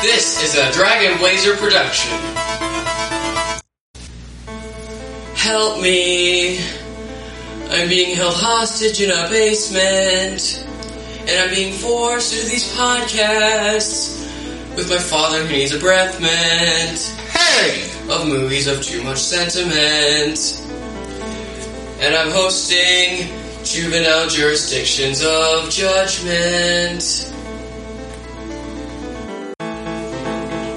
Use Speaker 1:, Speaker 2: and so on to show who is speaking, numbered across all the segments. Speaker 1: This is a Dragon Blazer production. Help me. I'm being held hostage in a basement. And I'm being forced to do these podcasts with my father who needs a breath mint
Speaker 2: Hey!
Speaker 1: of movies of too much sentiment. And I'm hosting Juvenile Jurisdictions of Judgment.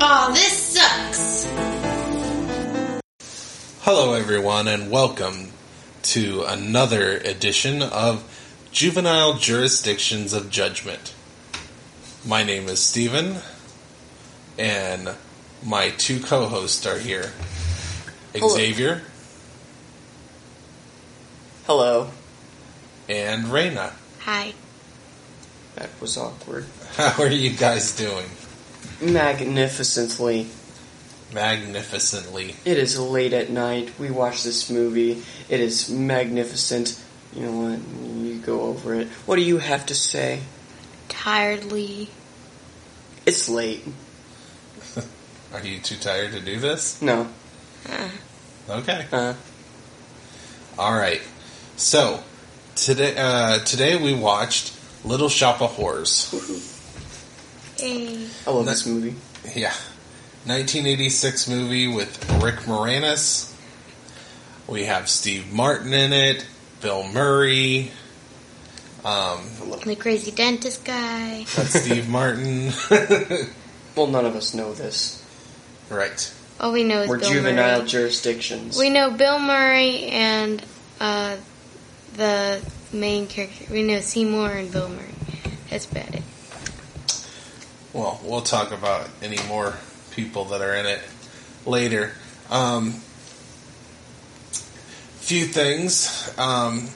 Speaker 3: Aw, this sucks.
Speaker 2: Hello, everyone, and welcome to another edition of Juvenile Jurisdictions of Judgment. My name is Steven, and my two co hosts are here Xavier
Speaker 4: Hello.
Speaker 2: and Reyna.
Speaker 3: Hi.
Speaker 4: That was awkward.
Speaker 2: How are you guys doing?
Speaker 4: Magnificently.
Speaker 2: Magnificently.
Speaker 4: It is late at night. We watch this movie. It is magnificent. You know what? You go over it. What do you have to say?
Speaker 3: Tiredly.
Speaker 4: It's late.
Speaker 2: Are you too tired to do this?
Speaker 4: No.
Speaker 2: Okay.
Speaker 4: Uh,
Speaker 2: All right. So today, uh, today we watched Little Shop of Horrors.
Speaker 3: Hey.
Speaker 4: I love this movie.
Speaker 2: Yeah. 1986 movie with Rick Moranis. We have Steve Martin in it, Bill Murray, um,
Speaker 3: The crazy dentist guy.
Speaker 2: that's Steve Martin.
Speaker 4: Well, none of us know this.
Speaker 2: right.
Speaker 5: All we know is
Speaker 4: We're
Speaker 5: Bill
Speaker 4: juvenile
Speaker 5: Murray.
Speaker 4: jurisdictions.
Speaker 5: We know Bill Murray and uh, the main character. We know Seymour and Bill Murray. That's about it.
Speaker 2: Well, we'll talk about any more people that are in it later. Um, few things. Um,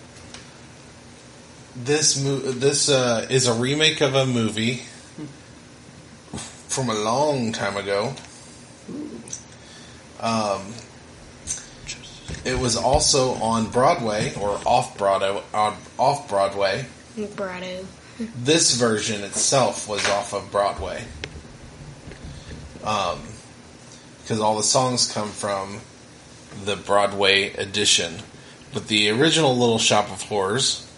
Speaker 2: this mo- this uh, is a remake of a movie from a long time ago. Um, it was also on Broadway or off Broadway on off Broadway.
Speaker 5: Brado.
Speaker 2: This version itself was off of Broadway. Um, because all the songs come from the Broadway edition. But the original Little Shop of Horrors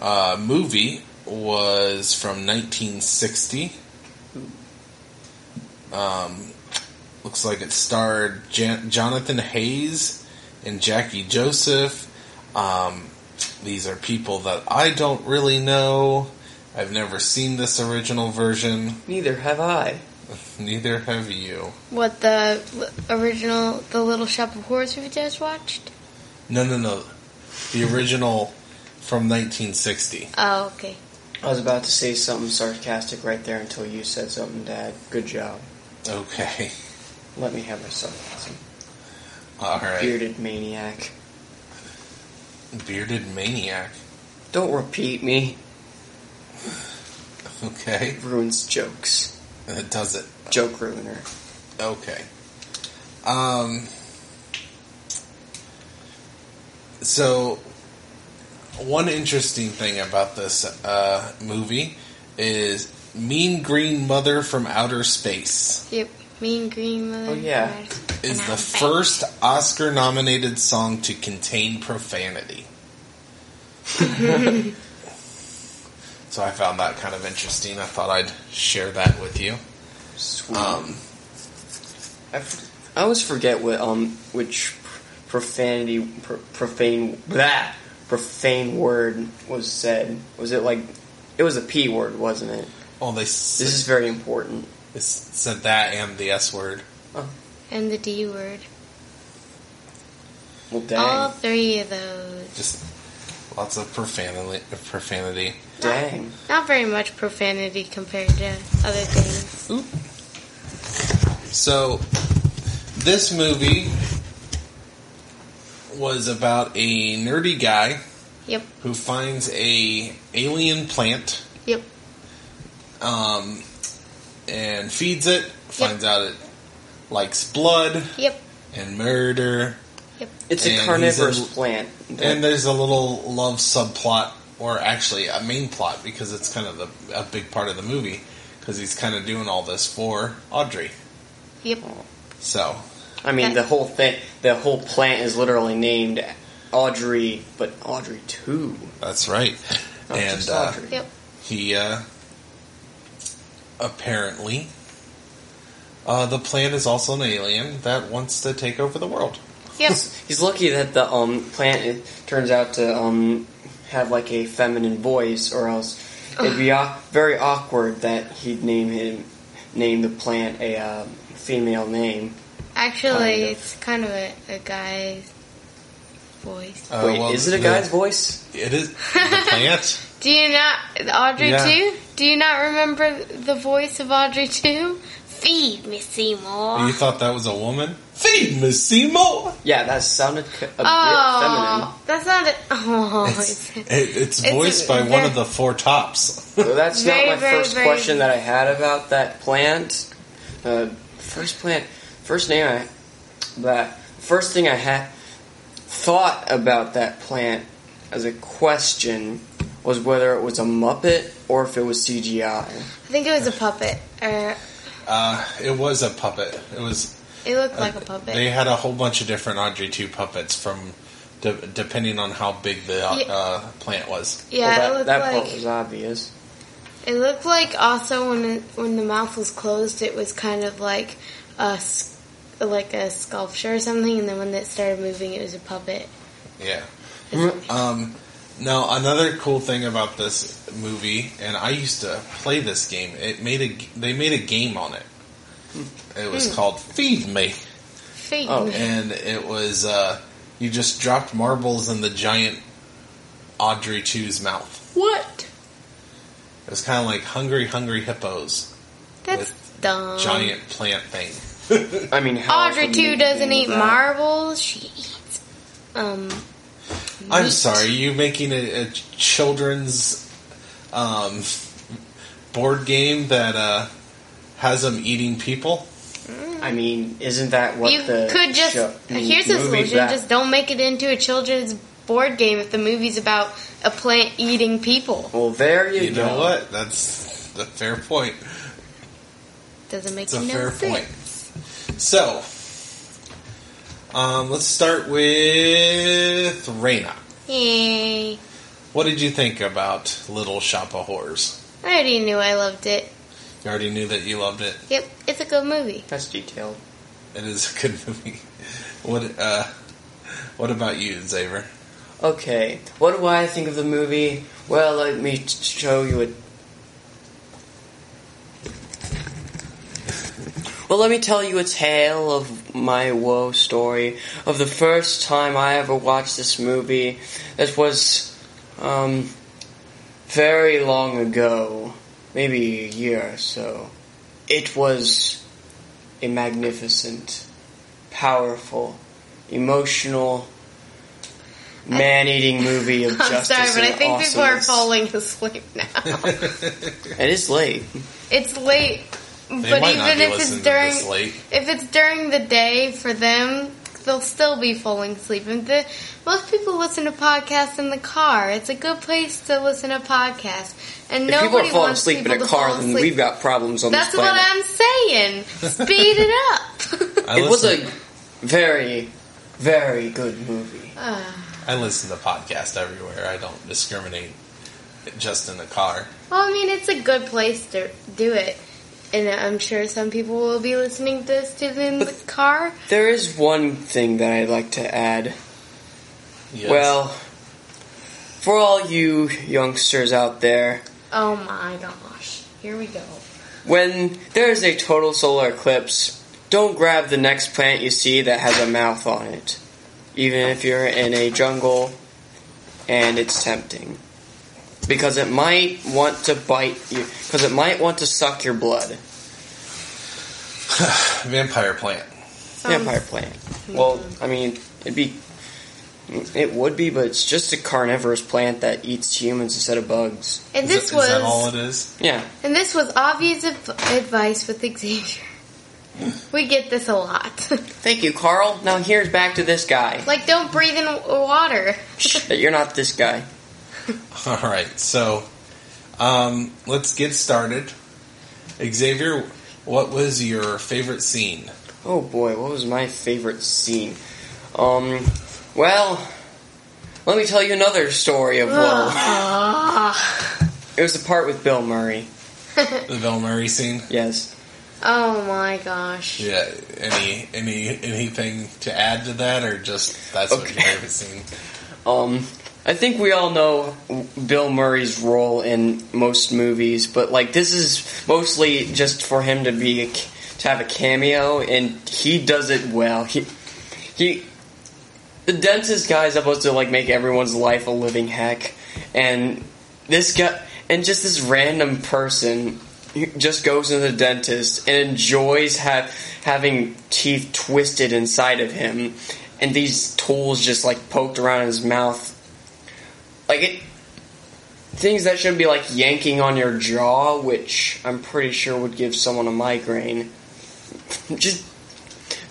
Speaker 2: uh, movie was from 1960. Um, looks like it starred Jan- Jonathan Hayes and Jackie Joseph. Um, these are people that I don't really know. I've never seen this original version.
Speaker 4: Neither have I.
Speaker 2: Neither have you.
Speaker 5: What the l- original, the Little Shop of Horrors we just watched?
Speaker 2: No, no, no. The original from 1960.
Speaker 5: Oh, okay.
Speaker 4: I was about to say something sarcastic right there until you said something, Dad. Good job.
Speaker 2: Okay.
Speaker 4: Let me have my sarcasm.
Speaker 2: All right.
Speaker 4: Bearded maniac.
Speaker 2: Bearded maniac.
Speaker 4: Don't repeat me.
Speaker 2: Okay.
Speaker 4: Ruins jokes.
Speaker 2: It does it.
Speaker 4: Joke ruiner.
Speaker 2: Okay. Um. So, one interesting thing about this uh, movie is Mean Green Mother from Outer Space.
Speaker 5: Yep. Mean Green Mother.
Speaker 4: Oh, yeah.
Speaker 5: Brado.
Speaker 2: is the
Speaker 5: Announce it.
Speaker 2: first Oscar nominated song to contain profanity. so I found that kind of interesting. I thought I'd share that with you.
Speaker 4: Sweet.
Speaker 2: Um,
Speaker 4: I, f- I always forget what um which profanity pr- profane that profane word was said. Was it like it was a p word, wasn't it?
Speaker 2: oh, they
Speaker 4: This is
Speaker 2: s-
Speaker 4: very important.
Speaker 2: they s- said that and the S word.
Speaker 5: And the D word.
Speaker 4: Well, dang,
Speaker 5: All three of those.
Speaker 2: Just lots of profanity. profanity.
Speaker 4: dang.
Speaker 5: Not very much profanity compared to other things.
Speaker 2: So, this movie was about a nerdy guy
Speaker 5: Yep.
Speaker 2: who finds a alien plant
Speaker 5: Yep.
Speaker 2: um, and feeds it. Finds out it likes blood
Speaker 5: Yep.
Speaker 2: and murder,
Speaker 4: It's
Speaker 2: And
Speaker 4: a
Speaker 2: he's
Speaker 4: carnivorous
Speaker 2: in-
Speaker 4: plant.
Speaker 2: and there's a little love subplot, or actually a main plot because it's kind of the, a big part of the movie. because he's kind of doing all this for Audrey.
Speaker 5: Yep.
Speaker 2: So
Speaker 4: I mean,
Speaker 5: Okay.
Speaker 4: the whole thing, the whole plant is literally named Audrey, but Audrey too,
Speaker 2: that's right.
Speaker 4: not
Speaker 2: and
Speaker 4: Oh, just
Speaker 2: uh,
Speaker 4: Audrey.
Speaker 5: Yep.
Speaker 2: he uh, apparently uh, the plan is also an alien that wants to take over the world.
Speaker 5: Yep.
Speaker 4: He's lucky that the um plant it turns out to um have like a feminine voice, or else it'd be au- very awkward that he'd name him name the plant a um, female name.
Speaker 5: Actually,
Speaker 4: Kind of.
Speaker 5: it's kind of a, a guy's voice.
Speaker 2: Uh,
Speaker 4: Wait,
Speaker 2: well,
Speaker 4: is it a
Speaker 2: the-
Speaker 4: guy's voice?
Speaker 2: It is the plant.
Speaker 5: Do you not, Audrey
Speaker 2: Yeah.
Speaker 5: too? Do you not remember the voice of Audrey too?
Speaker 3: Feed me, Seymour.
Speaker 5: Uh,
Speaker 2: you thought that was a woman? Feed me, Seymour.
Speaker 4: Yeah, that sounded c- a
Speaker 5: Oh, that's not a, oh,
Speaker 2: It's,
Speaker 5: it's-
Speaker 2: it, it's
Speaker 5: It's
Speaker 2: voiced by one
Speaker 5: very-
Speaker 2: of the four tops.
Speaker 4: bit feminine. So that's
Speaker 5: Very,
Speaker 4: not my
Speaker 5: very,
Speaker 4: first
Speaker 5: very-
Speaker 4: question that I had about that plant. Uh, first plant, first name I that first thing I had thought about that plant as a question was whether it was a Muppet or if it was CGI.
Speaker 5: I think it was a puppet, or
Speaker 2: Uh, it was a puppet. It was
Speaker 5: it looked like a puppet.
Speaker 2: Uh, They had a whole bunch of different Audrey two puppets from, de- depending on how big the uh,
Speaker 5: Yeah.
Speaker 2: uh, plant was.
Speaker 5: yeah,
Speaker 4: well, that,
Speaker 5: it
Speaker 4: that
Speaker 5: looked
Speaker 4: part
Speaker 5: like
Speaker 4: was obvious.
Speaker 5: It looked like also when it, when the mouth was closed, it was kind of like a s- like a sculpture or something, and then when it started moving, it was a puppet.
Speaker 2: Yeah. Um, now another cool thing about this movie, and I used to play this game. It made a g- they made a game on it. It was
Speaker 5: Hmm.
Speaker 2: called Feed Me,
Speaker 5: Feed
Speaker 4: Oh.
Speaker 5: me.
Speaker 2: and it was uh, you just dropped marbles in the giant Audrey 2's mouth.
Speaker 5: What?
Speaker 2: It was kind of like Hungry Hungry Hippos,
Speaker 5: That's dumb.
Speaker 2: giant plant thing.
Speaker 4: I mean, how
Speaker 5: Audrey
Speaker 4: familiar
Speaker 5: too
Speaker 4: would
Speaker 5: doesn't
Speaker 4: be
Speaker 5: eat
Speaker 4: with that?
Speaker 5: marbles. She eats um.
Speaker 2: I'm
Speaker 5: meat.
Speaker 2: sorry, you making a, a children's um, board game that uh, has them eating people?
Speaker 4: I mean, isn't that what
Speaker 5: you
Speaker 4: the
Speaker 5: could just uh,
Speaker 4: show- I mean,
Speaker 5: here's a
Speaker 4: movie
Speaker 5: solution:
Speaker 4: that-
Speaker 5: just don't make it into a children's board game if the movie's about a plant eating people.
Speaker 4: well, there you,
Speaker 2: You
Speaker 4: go.
Speaker 2: know what? That's the fair point.
Speaker 5: Doesn't make
Speaker 2: It's a
Speaker 5: no
Speaker 2: fair
Speaker 5: sense.
Speaker 2: point. So, um, let's start with Raina.
Speaker 5: Yay.
Speaker 2: What did you think about Little Shop of Horrors?
Speaker 5: I already knew I loved it.
Speaker 2: You already knew that you loved it.
Speaker 5: Yep, it's a good movie.
Speaker 4: That's detailed.
Speaker 2: It is a good movie. What uh, What about you, Xaver?
Speaker 4: Okay, what do I think of the movie? Well, let me t- show you a. Well, let me tell you a tale of my woe story of the first time I ever watched this movie. This was, um, very long ago, maybe a year or so. It was a magnificent, powerful, emotional, man-eating movie of
Speaker 5: I'm
Speaker 4: justice
Speaker 5: sorry, but I
Speaker 4: and
Speaker 5: think people are
Speaker 4: awesomeness.
Speaker 5: falling asleep now.
Speaker 4: It is late.
Speaker 5: it's late,
Speaker 2: They
Speaker 5: but
Speaker 2: might not
Speaker 5: even
Speaker 2: be
Speaker 5: if
Speaker 2: listening
Speaker 5: it's
Speaker 2: to
Speaker 5: during
Speaker 2: this late.
Speaker 5: if it's during the day for them, they'll still be falling asleep. And the, most people listen to podcasts in the car. It's a good place to listen to podcasts. And
Speaker 4: if people
Speaker 5: nobody
Speaker 4: are falling
Speaker 5: wants
Speaker 4: asleep in
Speaker 5: people
Speaker 4: a
Speaker 5: to
Speaker 4: car,
Speaker 5: fall
Speaker 4: then
Speaker 5: asleep.
Speaker 4: we've got problems on
Speaker 5: That's
Speaker 4: this
Speaker 5: what
Speaker 4: planet.
Speaker 5: I'm saying. Speed it up.
Speaker 2: I
Speaker 4: it was
Speaker 2: listen-
Speaker 4: a very, very good movie.
Speaker 5: Uh,
Speaker 2: I listen to podcasts everywhere. I don't discriminate just in the car.
Speaker 5: Well, I mean, it's a good place to do it. And I'm sure some people will be listening to this to in the car.
Speaker 4: There is one thing that I'd like to add.
Speaker 2: Yes.
Speaker 4: Well, for all you youngsters out there,
Speaker 5: Oh my gosh. Here we go.
Speaker 4: when there is a total solar eclipse, don't grab the next plant you see that has a mouth on it, even if you're in a jungle and it's tempting. Because it might want to bite you, because it might want to suck your blood.
Speaker 2: vampire plant.
Speaker 5: Um,
Speaker 4: Vampire plant. Well, I mean, it'd be. It would be, but it's just a carnivorous plant that eats humans instead of bugs.
Speaker 5: And
Speaker 2: Is
Speaker 5: this
Speaker 2: that- is
Speaker 5: was
Speaker 2: that all it is?
Speaker 4: Yeah.
Speaker 5: and this was obvious adv- advice with Xavier. We get this a lot.
Speaker 4: Thank you, Carl. Now here's back to this guy.
Speaker 5: like, don't breathe in w- water.
Speaker 4: Shh, You're not this guy.
Speaker 2: All right, so um, let's get started. Xavier, what was your favorite scene?
Speaker 4: Oh boy, what was my favorite scene? Um, well, let me tell you another story of woe. It was the part with Bill Murray.
Speaker 2: The Bill Murray scene?
Speaker 4: Yes.
Speaker 5: Oh my gosh.
Speaker 2: Yeah. Any any anything to add to that, or just that's what your
Speaker 4: Okay.
Speaker 2: favorite scene?
Speaker 4: Um, I think we all know Bill Murray's role in most movies, but like this is mostly just for him to be a, ca- to have a cameo, and he does it well. He he. The dentist guy is supposed to like make everyone's life a living heck, and this guy and just this random person who just goes to the dentist and enjoys have having teeth twisted inside of him and these tools just like poked around his mouth like it things that should be like yanking on your jaw which i'm pretty sure would give someone a migraine just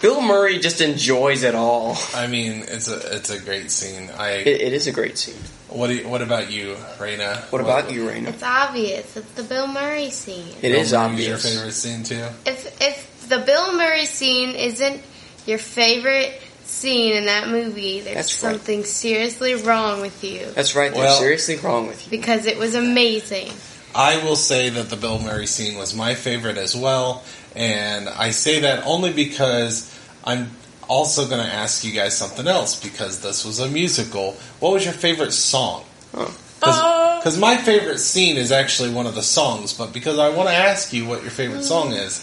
Speaker 4: bill murray just enjoys it all
Speaker 2: I mean, it's a it's a great scene. I
Speaker 4: it, it is a great scene
Speaker 2: what do you, what about you, Raina?
Speaker 4: what about you Raina?
Speaker 5: It's obvious. It's the Bill Murray scene.
Speaker 4: it is obvious
Speaker 2: Your favorite scene too.
Speaker 5: If if the Bill Murray scene isn't your favorite scene in that movie, there's
Speaker 4: That's right.
Speaker 5: something seriously wrong with you.
Speaker 4: that's right
Speaker 2: Well-
Speaker 4: there's seriously wrong with you
Speaker 5: Because it was amazing.
Speaker 2: I will say that the Bill Murray scene was my favorite as well, and I say that only because I'm also going to ask you guys something else because this was a musical. What was your favorite song?
Speaker 4: Huh.
Speaker 5: Uh,
Speaker 2: Because my favorite scene is actually one of the songs, but because I want to ask you what your favorite song
Speaker 5: Mm.
Speaker 2: is,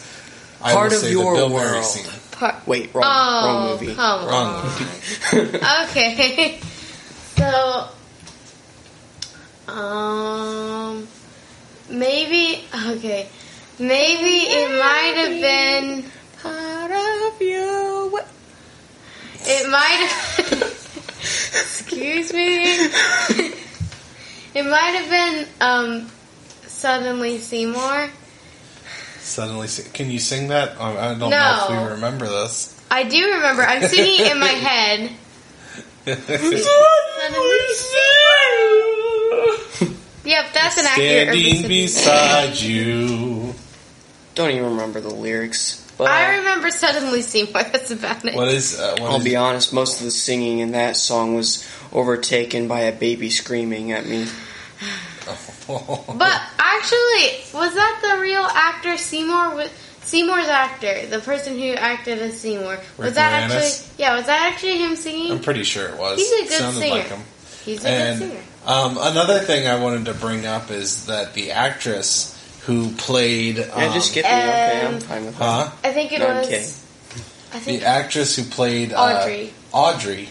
Speaker 2: I
Speaker 4: Part
Speaker 2: will
Speaker 4: of
Speaker 2: say the
Speaker 4: Your
Speaker 2: Bill Murray
Speaker 4: World.
Speaker 2: scene.
Speaker 5: Par-
Speaker 4: wait wrong
Speaker 5: oh,
Speaker 4: wrong movie
Speaker 5: come
Speaker 2: Wrong
Speaker 5: on. okay. so, um, maybe, okay. Maybe it might have been. Part of you. It might have. excuse me. it might have been, um, Suddenly Seymour.
Speaker 2: Suddenly, see- can you sing that? I I don't know if
Speaker 5: No.
Speaker 2: we remember this.
Speaker 5: I do remember. I'm singing it in my head. Yep, that's an accurate
Speaker 2: Standing
Speaker 5: representation.
Speaker 2: beside you.
Speaker 4: don't even remember the lyrics but
Speaker 5: I remember suddenly Seymour. That's about it.
Speaker 2: What is? Uh, what
Speaker 4: I'll
Speaker 2: is-
Speaker 4: be honest, most of the singing in that song was overtaken by a baby screaming at me.
Speaker 5: But actually, was that the real actor Seymour? Was, Seymour's actor, the person who acted as Seymour, was
Speaker 2: Rick
Speaker 5: that
Speaker 2: Moranis?
Speaker 5: actually? Yeah, was that actually him singing?
Speaker 2: I'm pretty sure it was.
Speaker 5: He's a good
Speaker 2: Sounded
Speaker 5: singer.
Speaker 2: like him.
Speaker 5: He's a
Speaker 2: And
Speaker 5: good singer.
Speaker 2: um, another thing I wanted to bring up is that the actress who played um,
Speaker 4: yeah, just get me. Okay, I'm
Speaker 5: um,
Speaker 4: fine with that.
Speaker 2: huh?
Speaker 5: I think it
Speaker 4: No, I'm
Speaker 5: was.
Speaker 4: kidding.
Speaker 5: I think
Speaker 2: the actress who played uh,
Speaker 5: Audrey.
Speaker 2: Audrey,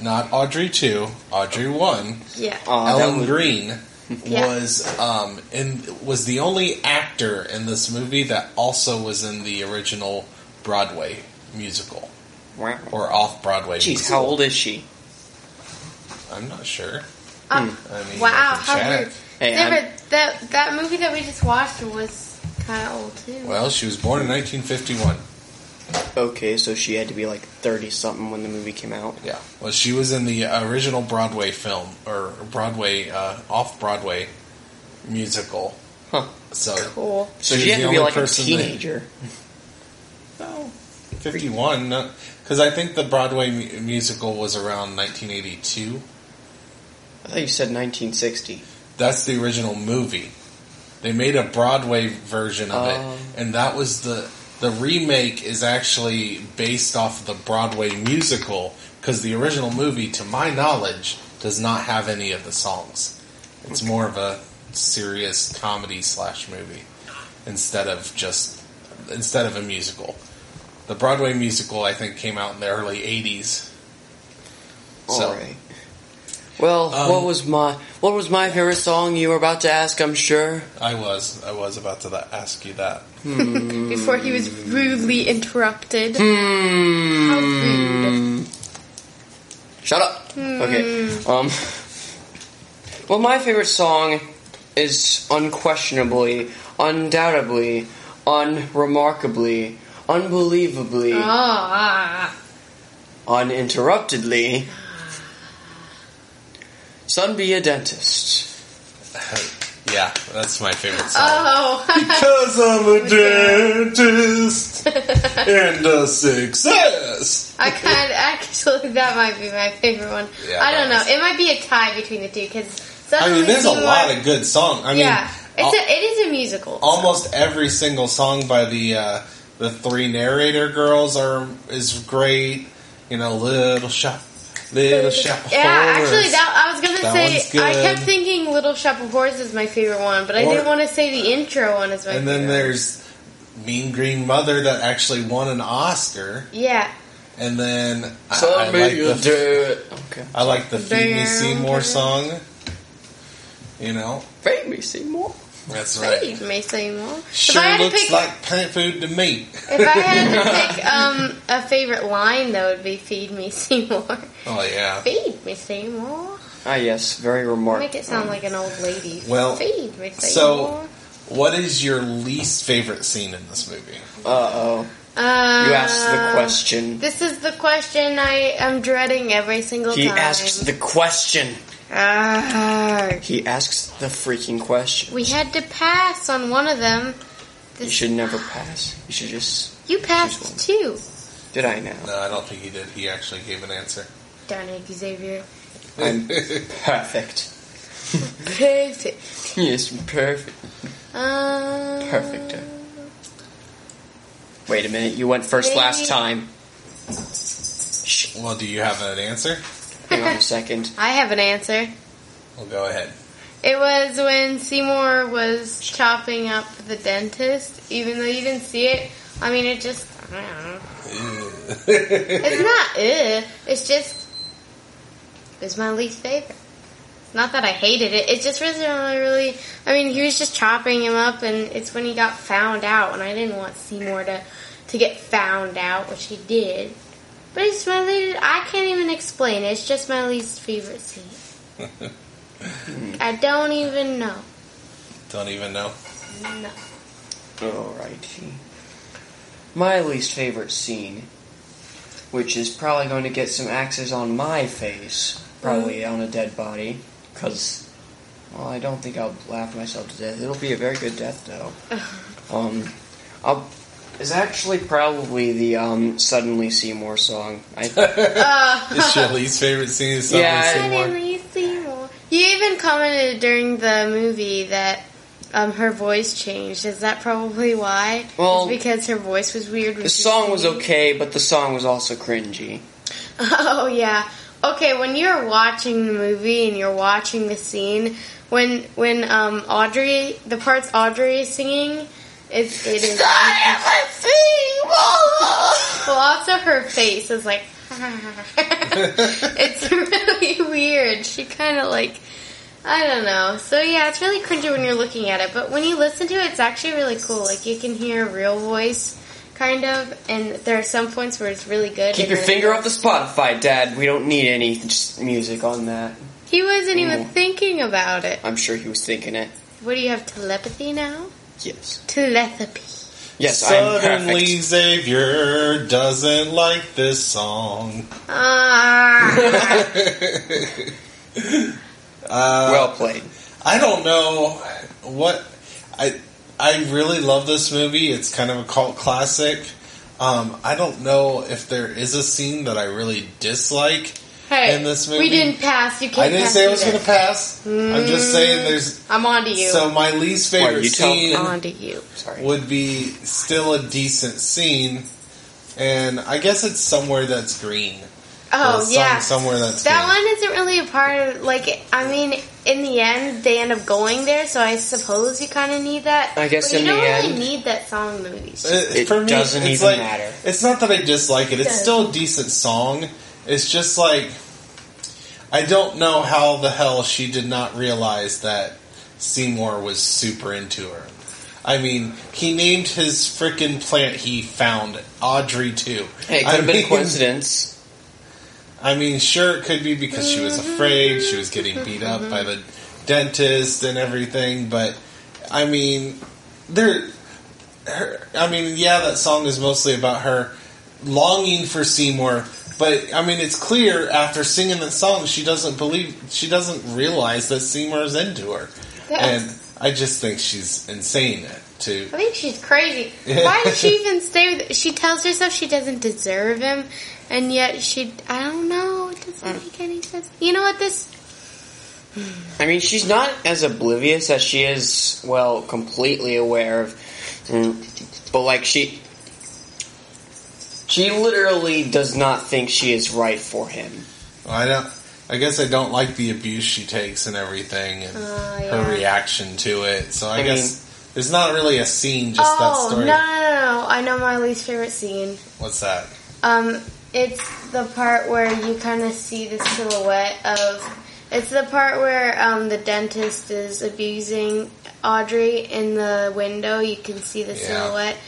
Speaker 2: not Audrey two, Audrey one.
Speaker 5: yeah.
Speaker 4: Aw, Ah, that
Speaker 2: Ellen
Speaker 4: would-
Speaker 2: Green
Speaker 5: Yeah.
Speaker 2: was um in was the only actor in this movie that also was in the original Broadway musical
Speaker 4: Wow.
Speaker 2: or off Broadway.
Speaker 4: Jeez, how old is she?
Speaker 2: I'm not sure.
Speaker 5: Um,
Speaker 2: I mean,
Speaker 5: wow,
Speaker 2: I can
Speaker 5: how
Speaker 2: check.
Speaker 5: weird.
Speaker 4: Hey,
Speaker 5: Yeah,
Speaker 4: I'm-
Speaker 5: but that that movie that we just watched was kind of old too.
Speaker 2: Well, she was born in 1951.
Speaker 4: okay, so she had to be like thirty something when the movie came out.
Speaker 2: Yeah. Well, she was in the original Broadway film or Broadway uh, off Broadway musical.
Speaker 4: Huh.
Speaker 2: So
Speaker 5: cool.
Speaker 4: So
Speaker 2: She
Speaker 4: she,
Speaker 2: was
Speaker 4: had
Speaker 2: the
Speaker 4: to be
Speaker 2: only
Speaker 4: like a
Speaker 2: person that-
Speaker 4: teenager.
Speaker 2: 51 because uh, I think the Broadway mu- musical was around 1982.
Speaker 4: I thought you said 1960.
Speaker 2: That's the original movie. They made a Broadway version of
Speaker 4: Oh.
Speaker 2: it, and that was the the remake is actually based off of the Broadway musical because the original movie, to my knowledge, does not have any of the songs. It's more of a serious comedy slash movie instead of just instead of a musical. The Broadway musical, I think, came out in the early '80s. So-
Speaker 4: All right. Well,
Speaker 2: Um,
Speaker 4: what was my what was my favorite song? You were about to ask, I'm sure.
Speaker 2: I was I was about to tha- ask you that.
Speaker 5: Before he was rudely interrupted.
Speaker 4: Hmm.
Speaker 5: How rude.
Speaker 4: Mm. Shut up.
Speaker 5: Hmm.
Speaker 4: Okay. Um. Well, my favorite song is unquestionably, undoubtedly, unremarkably, unbelievably,
Speaker 5: Uh. Ah.
Speaker 4: uninterruptedly. Son be a dentist.
Speaker 2: Yeah, that's my favorite song.
Speaker 5: Oh.
Speaker 2: Because I'm a dentist and a success.
Speaker 5: I kind of, actually, that might be my favorite one.
Speaker 2: Yeah,
Speaker 5: I don't know.
Speaker 2: that
Speaker 5: It might be a tie between the two because
Speaker 2: I mean, there's a lot of good songs. I mean,
Speaker 5: yeah, it's
Speaker 2: al-
Speaker 5: a, it is a musical.
Speaker 2: almost every single song by the uh, the three narrator girls are is great. You know, little shop, little shop. of
Speaker 5: Yeah, actually,
Speaker 2: Horrors.
Speaker 5: that I was gonna
Speaker 2: That one's
Speaker 5: say.
Speaker 2: good.
Speaker 5: I kept thinking Little Shop of Horrors is my favorite one, but I
Speaker 2: Or-
Speaker 5: didn't want to say the intro one is my.
Speaker 2: and
Speaker 5: favorite
Speaker 2: then
Speaker 5: one.
Speaker 2: there's Mean Green Mother that actually won an Oscar.
Speaker 5: yeah,
Speaker 2: And then I-
Speaker 4: So
Speaker 2: I, like the,
Speaker 4: Okay.
Speaker 2: I like the Feed Me
Speaker 5: Down
Speaker 2: Seymour
Speaker 5: to the-
Speaker 2: song. You know,
Speaker 4: Fade me, Seymour.
Speaker 2: that's
Speaker 5: Hey,
Speaker 2: right.
Speaker 5: you may say more. if I
Speaker 2: Sure
Speaker 5: had to
Speaker 2: looks
Speaker 5: pick,
Speaker 2: like plant food to me.
Speaker 5: if I had to pick um, a favorite line, though, it would be "Feed me, Seymour."
Speaker 2: Oh yeah.
Speaker 5: Feed me, Seymour.
Speaker 4: Ah, yes, very remarkable.
Speaker 5: Make it sound like an old lady.
Speaker 2: Well,
Speaker 5: feed me,
Speaker 2: So,
Speaker 5: Seymour.
Speaker 2: what is your least favorite scene in this movie?
Speaker 4: Uh oh.
Speaker 5: Uh,
Speaker 4: You asked the question.
Speaker 5: This is the question I am dreading every single
Speaker 4: He
Speaker 5: time.
Speaker 4: asks the question.
Speaker 5: Ah.
Speaker 4: He asks the freaking question.
Speaker 5: We had to pass on one of them.
Speaker 4: You should never pass. You should just.
Speaker 5: You passed two.
Speaker 4: Did I now?
Speaker 2: No, I don't think he did. He actually gave an answer.
Speaker 5: Darn it, Xavier.
Speaker 4: I'm perfect.
Speaker 5: Perfect.
Speaker 4: Yes, perfect.
Speaker 5: Um,
Speaker 4: Perfecto. Wait a minute. You went first last time. Shh.
Speaker 2: well, do you have an answer?
Speaker 4: Hang on a second.
Speaker 5: I have an answer.
Speaker 2: Well, go ahead.
Speaker 5: It was when Seymour was chopping up the dentist, even though you didn't see it. I mean, it just. I don't know. It's not ugh. It's just it's my least favorite. It's not that I hated it. It just wasn't really, really. I mean, he was just chopping him up, and it's when he got found out, and I didn't want Seymour to to get found out, which he did. But it's my least. I can't even explain it. It's just my least favorite scene. I don't even know.
Speaker 2: don't even know.
Speaker 5: No.
Speaker 4: Alrighty. My least favorite scene, which is probably going to get some axes on my face, probably on a dead body, because, well, I don't think I'll laugh myself to death. It'll be a very good death, though. um, I'll, it's actually probably the um, Suddenly Seymour song. I,
Speaker 2: It's your least favorite scene. Is
Speaker 4: Yeah,
Speaker 2: yeah.
Speaker 4: I-
Speaker 5: Uh, Suddenly Seymour. You even commented during the movie that um, her voice changed. Is that probably why?
Speaker 4: Well-
Speaker 5: It's because her voice was weird. when
Speaker 4: the
Speaker 5: she
Speaker 4: song was
Speaker 5: sang?
Speaker 4: okay, but the song was also cringy.
Speaker 5: Oh yeah. Okay, when you're watching the movie and you're watching the scene, when when um, Audrey, the parts Audrey is singing, it's it is. Well, also her face is like. it's really weird. She kind of like. I don't know. So yeah, it's really cringy when you're looking at it, but when you listen to it, it's actually really cool. Like you can hear a real voice, kind of, and there are some points where it's really good.
Speaker 4: Keep
Speaker 5: and
Speaker 4: your
Speaker 5: then-
Speaker 4: finger off the Spotify, Dad. We don't need any just music on that.
Speaker 5: He wasn't even
Speaker 4: Ooh.
Speaker 2: Oh.
Speaker 5: thinking about it.
Speaker 4: I'm sure he was thinking it.
Speaker 5: What do you have telepathy now?
Speaker 4: Yes.
Speaker 5: Telepathy.
Speaker 4: Yes,
Speaker 2: Suddenly
Speaker 4: I'm perfect.
Speaker 2: Xavier doesn't like this song.
Speaker 5: Ah.
Speaker 2: uh,
Speaker 4: well played.
Speaker 2: I don't know what I I really love this movie. It's kind of a cult classic. Um, I don't know if there is a scene that I really dislike.
Speaker 5: hey,
Speaker 2: In this
Speaker 5: we
Speaker 2: movie-
Speaker 5: didn't pass. You can't.
Speaker 2: I didn't
Speaker 5: pass
Speaker 2: say I was
Speaker 5: either.
Speaker 2: going to pass. I'm just saying there's.
Speaker 5: I'm on to Mm, you.
Speaker 2: So my least favorite
Speaker 4: What, you tell-
Speaker 2: scene.
Speaker 5: I'm on to you.
Speaker 4: Sorry.
Speaker 2: would be still a decent scene, and I guess it's somewhere that's green.
Speaker 5: Oh
Speaker 2: There's some-
Speaker 5: yeah,
Speaker 2: somewhere that's
Speaker 5: that
Speaker 2: green.
Speaker 5: one isn't really a part of. Like, I mean, in the end, they end up going there, so I suppose you kind of need that.
Speaker 4: I guess
Speaker 5: but
Speaker 4: in
Speaker 5: you
Speaker 4: the
Speaker 5: don't
Speaker 4: end-
Speaker 5: really need that song in the movies.
Speaker 2: It,
Speaker 4: It
Speaker 2: for me,
Speaker 4: doesn't
Speaker 2: it's
Speaker 4: even
Speaker 2: like,
Speaker 4: matter.
Speaker 2: It's not that I dislike it. It's
Speaker 5: Does.
Speaker 2: still a decent song. It's just like I don't know how the hell she did not realize that Seymour was super into her. I mean, he named his freaking plant he found Audrey too.
Speaker 4: Hey, it could
Speaker 2: I
Speaker 4: have been a
Speaker 2: mean-
Speaker 4: coincidence.
Speaker 2: I mean, sure, it could be because she was afraid, she was getting beat up by the dentist and everything, but I mean, there. Her, I mean, yeah, that song is mostly about her longing for Seymour, but I mean, it's clear after singing that song, she doesn't believe, she doesn't realize that Seymour's into her.
Speaker 5: That-
Speaker 2: And I just think she's insane to.
Speaker 5: I think she's crazy. Why does she even stay with? She tells herself she doesn't deserve him, and yet she. I don't know. It
Speaker 2: Hmm.
Speaker 5: doesn't make any sense. You know what this?
Speaker 4: I mean, she's not as oblivious as she is, well, completely aware of. mm, But, like, she. She literally does not think she is right for him.
Speaker 2: Well, I don't. I guess I don't like the abuse she takes and everything, and
Speaker 5: Oh,
Speaker 2: her
Speaker 5: yeah.
Speaker 2: reaction to it. So I,
Speaker 4: I
Speaker 2: guess there's not really a scene. Just
Speaker 5: Oh no, no,
Speaker 2: that story.
Speaker 5: no, no! I know my least favorite scene.
Speaker 2: What's that?
Speaker 5: Um, it's the part where you kind of see the silhouette of. It's the part where um, the dentist is abusing Audrey in the window. You can see the
Speaker 2: Yeah.
Speaker 5: silhouette.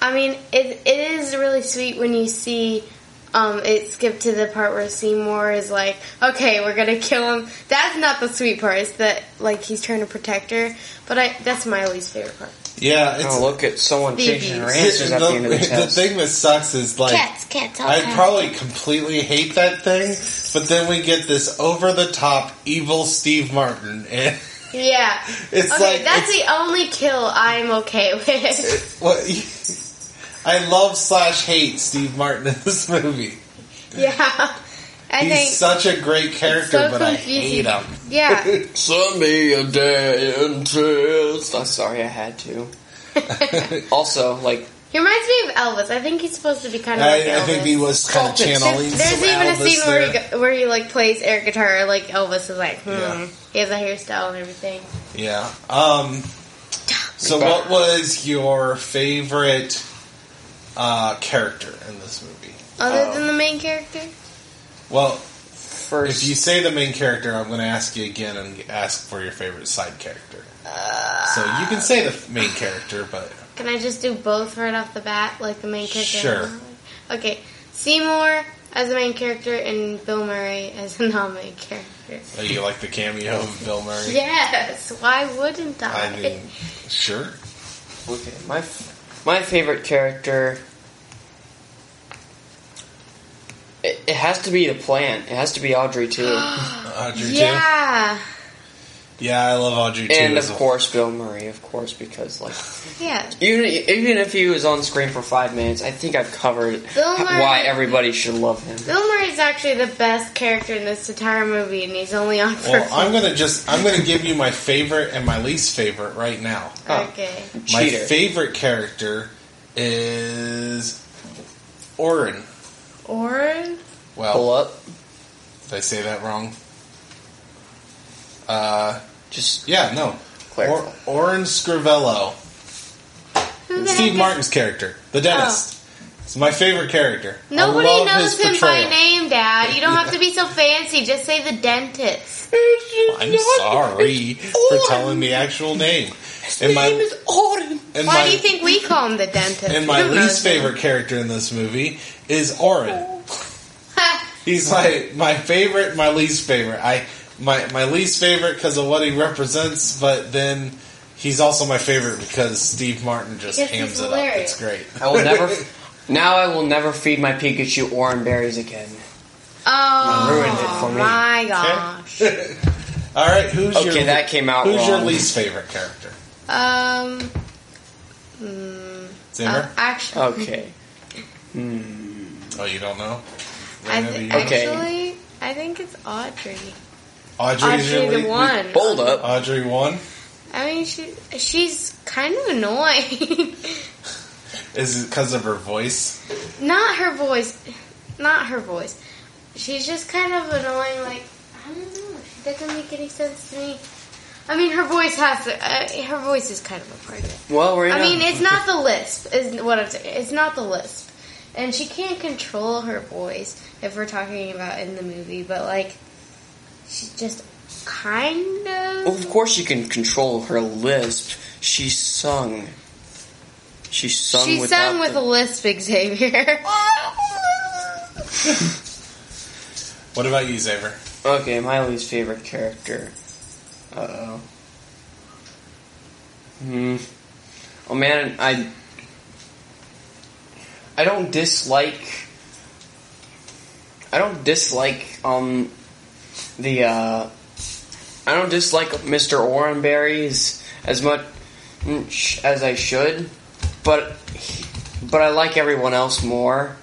Speaker 5: I mean, it, it is really sweet when you see. Um, it skipped to the part where Seymour is like, "Okay, we're gonna kill him." That's not the sweet part. It's that like he's trying to protect her. But I that's my least favorite part.
Speaker 2: Yeah, it's
Speaker 4: oh, look at someone
Speaker 5: Phoebe.
Speaker 4: changing her answers at the end of the
Speaker 2: the
Speaker 4: test.
Speaker 2: thing that sucks is like
Speaker 3: cats, cats, all
Speaker 2: I
Speaker 3: cats.
Speaker 2: probably completely hate that thing, but then we get this over the top evil Steve Martin, and
Speaker 5: Yeah.
Speaker 2: it's
Speaker 5: okay,
Speaker 2: like
Speaker 5: that's the only kill I'm okay with.
Speaker 2: it's, what, I love slash hate Steve Martin in this movie.
Speaker 5: Yeah. I
Speaker 2: He's
Speaker 5: think
Speaker 2: such a great character,
Speaker 5: so
Speaker 2: but I
Speaker 5: confusing.
Speaker 2: hate him.
Speaker 5: yeah.
Speaker 4: Send me a dentist. I'm sorry, I had to. also, like,
Speaker 5: He reminds me of Elvis. I think he's supposed to be kind of like
Speaker 2: I, I
Speaker 5: Elvis.
Speaker 2: think he was kind of
Speaker 4: Cultish.
Speaker 2: channeling.
Speaker 5: there's
Speaker 2: some
Speaker 5: even a
Speaker 2: Elvis
Speaker 5: scene where
Speaker 2: there.
Speaker 5: he, go- where he like plays air guitar like Elvis is like hmm.
Speaker 2: Yeah.
Speaker 5: he has a hairstyle and everything.
Speaker 2: yeah. Um, so, what was your favorite uh, character in this movie? Oh.
Speaker 5: Other than the main character,
Speaker 2: Well,
Speaker 4: first.
Speaker 2: If you say the main character, I'm going to ask you again and ask for your favorite side character. so you can say the main character, but
Speaker 5: can I just do both right off the bat like the main character?
Speaker 2: Sure.
Speaker 5: Okay, Seymour as the main character and Bill Murray as a non-main character.
Speaker 2: uh, you like the cameo of Bill Murray.
Speaker 5: Yes, why wouldn't I?
Speaker 2: I mean, sure.
Speaker 4: Okay, my f- my favorite character. It, it has to be the plant. It has to be Audrey too,
Speaker 2: Audrey
Speaker 5: yeah,
Speaker 2: too. Yeah, I love Audrey too.
Speaker 4: and of
Speaker 2: as a-
Speaker 4: course Bill Murray, of course, because like
Speaker 5: yeah.
Speaker 4: even even if he was on screen for five minutes, I think I've covered
Speaker 5: Bill
Speaker 4: h-
Speaker 5: Murray-
Speaker 4: why everybody should love him.
Speaker 5: Bill Murray's actually the best character in this entire movie, and he's only on for.
Speaker 2: Well, I'm gonna just I'm gonna give you my favorite and my least favorite right now.
Speaker 4: Oh,
Speaker 5: okay.
Speaker 2: My
Speaker 4: cheater.
Speaker 2: favorite character is Orin.
Speaker 5: Orin?
Speaker 2: Well,
Speaker 4: Pull up,
Speaker 2: did I say that wrong? Uh,
Speaker 4: just
Speaker 2: yeah, no.
Speaker 4: clarify.
Speaker 2: Or- Orin Scrivello.
Speaker 5: Who the heck
Speaker 2: Steve
Speaker 5: is-
Speaker 2: Martin's character, the dentist. It's my favorite character. I
Speaker 5: Oh. Nobody
Speaker 2: love
Speaker 5: knows
Speaker 2: his
Speaker 5: him by
Speaker 2: portrayal.
Speaker 5: name, Dad. You don't have to be so fancy. Just say the dentist.
Speaker 2: I'm sorry for telling the actual name. and my,
Speaker 4: name is Orin.
Speaker 2: and
Speaker 5: Why
Speaker 2: my,
Speaker 5: do you think we call him the dentist?
Speaker 2: and my
Speaker 5: Who
Speaker 2: least
Speaker 5: knows him?
Speaker 2: favorite character in this movie is Orin.
Speaker 5: Ha!
Speaker 2: He's my my favorite, my least favorite. I my my least favorite because of what he represents, but then he's also my favorite because Steve Martin just
Speaker 5: Yes,
Speaker 2: hams
Speaker 5: he's
Speaker 2: it
Speaker 5: hilarious.
Speaker 2: up. It's great.
Speaker 4: I will never. Now I will never feed my Pikachu Orin berries again.
Speaker 5: oh,
Speaker 4: You ruined it for me.
Speaker 5: my gosh.
Speaker 2: All right, who's
Speaker 4: Okay,
Speaker 2: your
Speaker 4: that came out
Speaker 2: who's your
Speaker 4: wrong.
Speaker 2: least favorite character?
Speaker 5: um. mm,
Speaker 2: Zimmer.
Speaker 5: uh, actually,
Speaker 4: Okay.
Speaker 2: Oh, you don't know?
Speaker 5: I th-
Speaker 2: Audrey
Speaker 4: Okay.
Speaker 5: actually, I think it's Audrey.
Speaker 2: Audrey's your
Speaker 5: Audrey
Speaker 2: lead-
Speaker 5: the one.
Speaker 4: Bold up.
Speaker 2: Audrey one
Speaker 5: I mean, she she's kind of annoying.
Speaker 2: is it because of her voice?
Speaker 5: not her voice, not her voice. She's just kind of annoying. Like I don't know, she doesn't make any sense to me. I mean, her voice has to. Uh, her voice is kind of a part of it.
Speaker 4: Well, right
Speaker 5: I
Speaker 4: now.
Speaker 5: mean, it's not the lisp. Is what I'm saying. It's not the lisp, and she can't control her voice. If we're talking about in the movie, but like, she's just kind
Speaker 4: Well,
Speaker 5: of.
Speaker 4: of course she can control her lisp. She sung. She sung.
Speaker 5: She
Speaker 4: without
Speaker 5: sung Oh, with
Speaker 4: the-
Speaker 5: a lisp, Xavier.
Speaker 2: What about you, Xavier?
Speaker 4: Okay, my least favorite character. Uh oh. Hmm. Oh man, I. I don't dislike. I don't dislike um, the uh, I don't dislike Mr. Orenberry's as much as I should, but but I like everyone else more.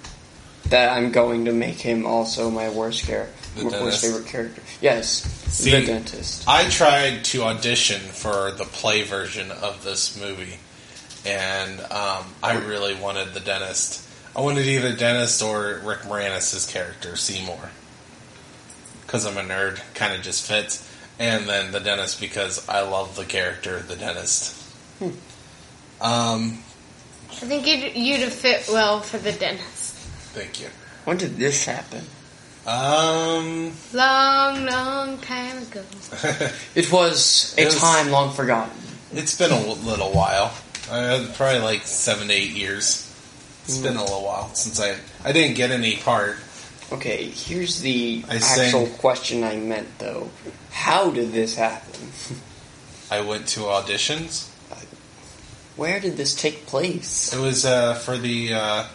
Speaker 4: That I'm going to make him also my worst character,
Speaker 2: The
Speaker 4: worst
Speaker 2: dentist.
Speaker 4: favorite character. Yes,
Speaker 2: See,
Speaker 4: the dentist.
Speaker 2: I tried to audition for the play version of this movie, and um, I really wanted the dentist. I wanted either dentist or Rick Moranis' character, Seymour. Because I'm a nerd, kind of just fits. And then the dentist, because I love the character, the dentist. Um,
Speaker 5: I think you'd, you'd have fit well for the dentist.
Speaker 2: thank you.
Speaker 4: When did this happen?
Speaker 2: Um,
Speaker 5: Long, long time ago.
Speaker 4: It was a
Speaker 2: It was-
Speaker 4: time long forgotten.
Speaker 2: It's been a little while. Uh, probably like seven to eight years. It's been a little while since I I didn't get any part.
Speaker 4: Okay, here's the
Speaker 2: I
Speaker 4: actual
Speaker 2: sang-
Speaker 4: question I meant though. How did this happen?
Speaker 2: I went to auditions.
Speaker 4: Where did this take place?
Speaker 2: It was uh, for the uh,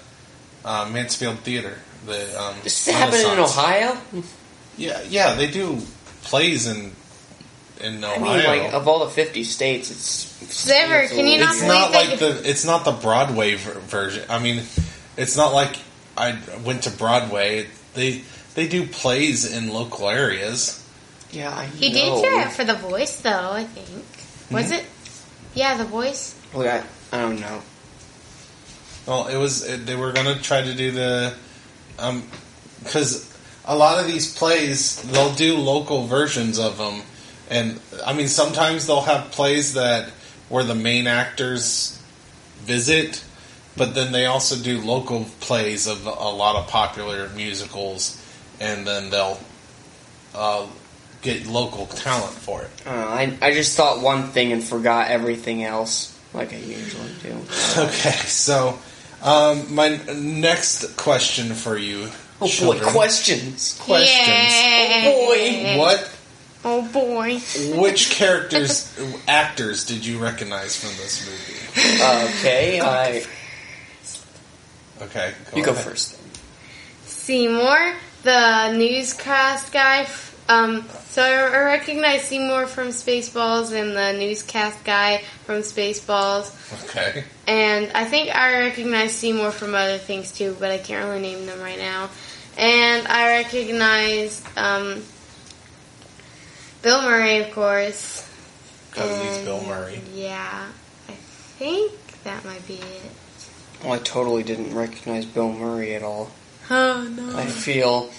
Speaker 2: uh, Mansfield Theater. The um,
Speaker 4: This happened in
Speaker 2: Renaissance.
Speaker 4: Ohio?
Speaker 2: Yeah, yeah, they do plays in in Ohio.
Speaker 4: I mean, like, of all the 50 states, it's. it's-
Speaker 5: Zimmer,
Speaker 4: it's a
Speaker 5: can you
Speaker 4: little-
Speaker 5: not
Speaker 2: it's
Speaker 5: believe
Speaker 2: not
Speaker 5: they
Speaker 2: like
Speaker 5: could-
Speaker 2: the it's not the Broadway ver- version. I mean, it's not like I went to Broadway. They they do plays in local areas.
Speaker 4: Yeah, I
Speaker 5: He
Speaker 4: know.
Speaker 5: did try it for the voice, though, I think.
Speaker 2: Hmm?
Speaker 5: Was it? Yeah, the voice.
Speaker 4: Look, I, I don't know.
Speaker 2: Well, it was it, they were gonna try to do the, um, because a lot of these plays they'll do local versions of them, and I mean sometimes they'll have plays that where the main actors visit, but then they also do local plays of a lot of popular musicals, and then they'll uh, get local talent for it.
Speaker 4: I, don't know. Uh, I, I just thought one thing and forgot everything else, like I usually do.
Speaker 2: Okay, so um, my next question for you,
Speaker 4: Oh boy,
Speaker 2: children,
Speaker 4: questions!
Speaker 2: questions.
Speaker 5: Yeah.
Speaker 2: What?
Speaker 5: Oh boy.
Speaker 2: Which characters, actors did you recognize from this movie?
Speaker 4: Okay, I.
Speaker 2: Okay,
Speaker 4: You go
Speaker 2: ahead.
Speaker 4: first.
Speaker 5: Seymour, the newscast guy. f- Um, so I I recognize Seymour from Spaceballs and the newscast guy from Spaceballs.
Speaker 2: Okay,
Speaker 5: And I think I recognize Seymour from other things too, but I can't really name them right now. And I recognize um, Bill Murray, of course.
Speaker 2: because he's Bill
Speaker 5: And,
Speaker 2: Murray.
Speaker 5: Yeah, I think that might be it.
Speaker 4: Well, I totally didn't recognize Bill Murray at all.
Speaker 5: Oh no!
Speaker 4: I feel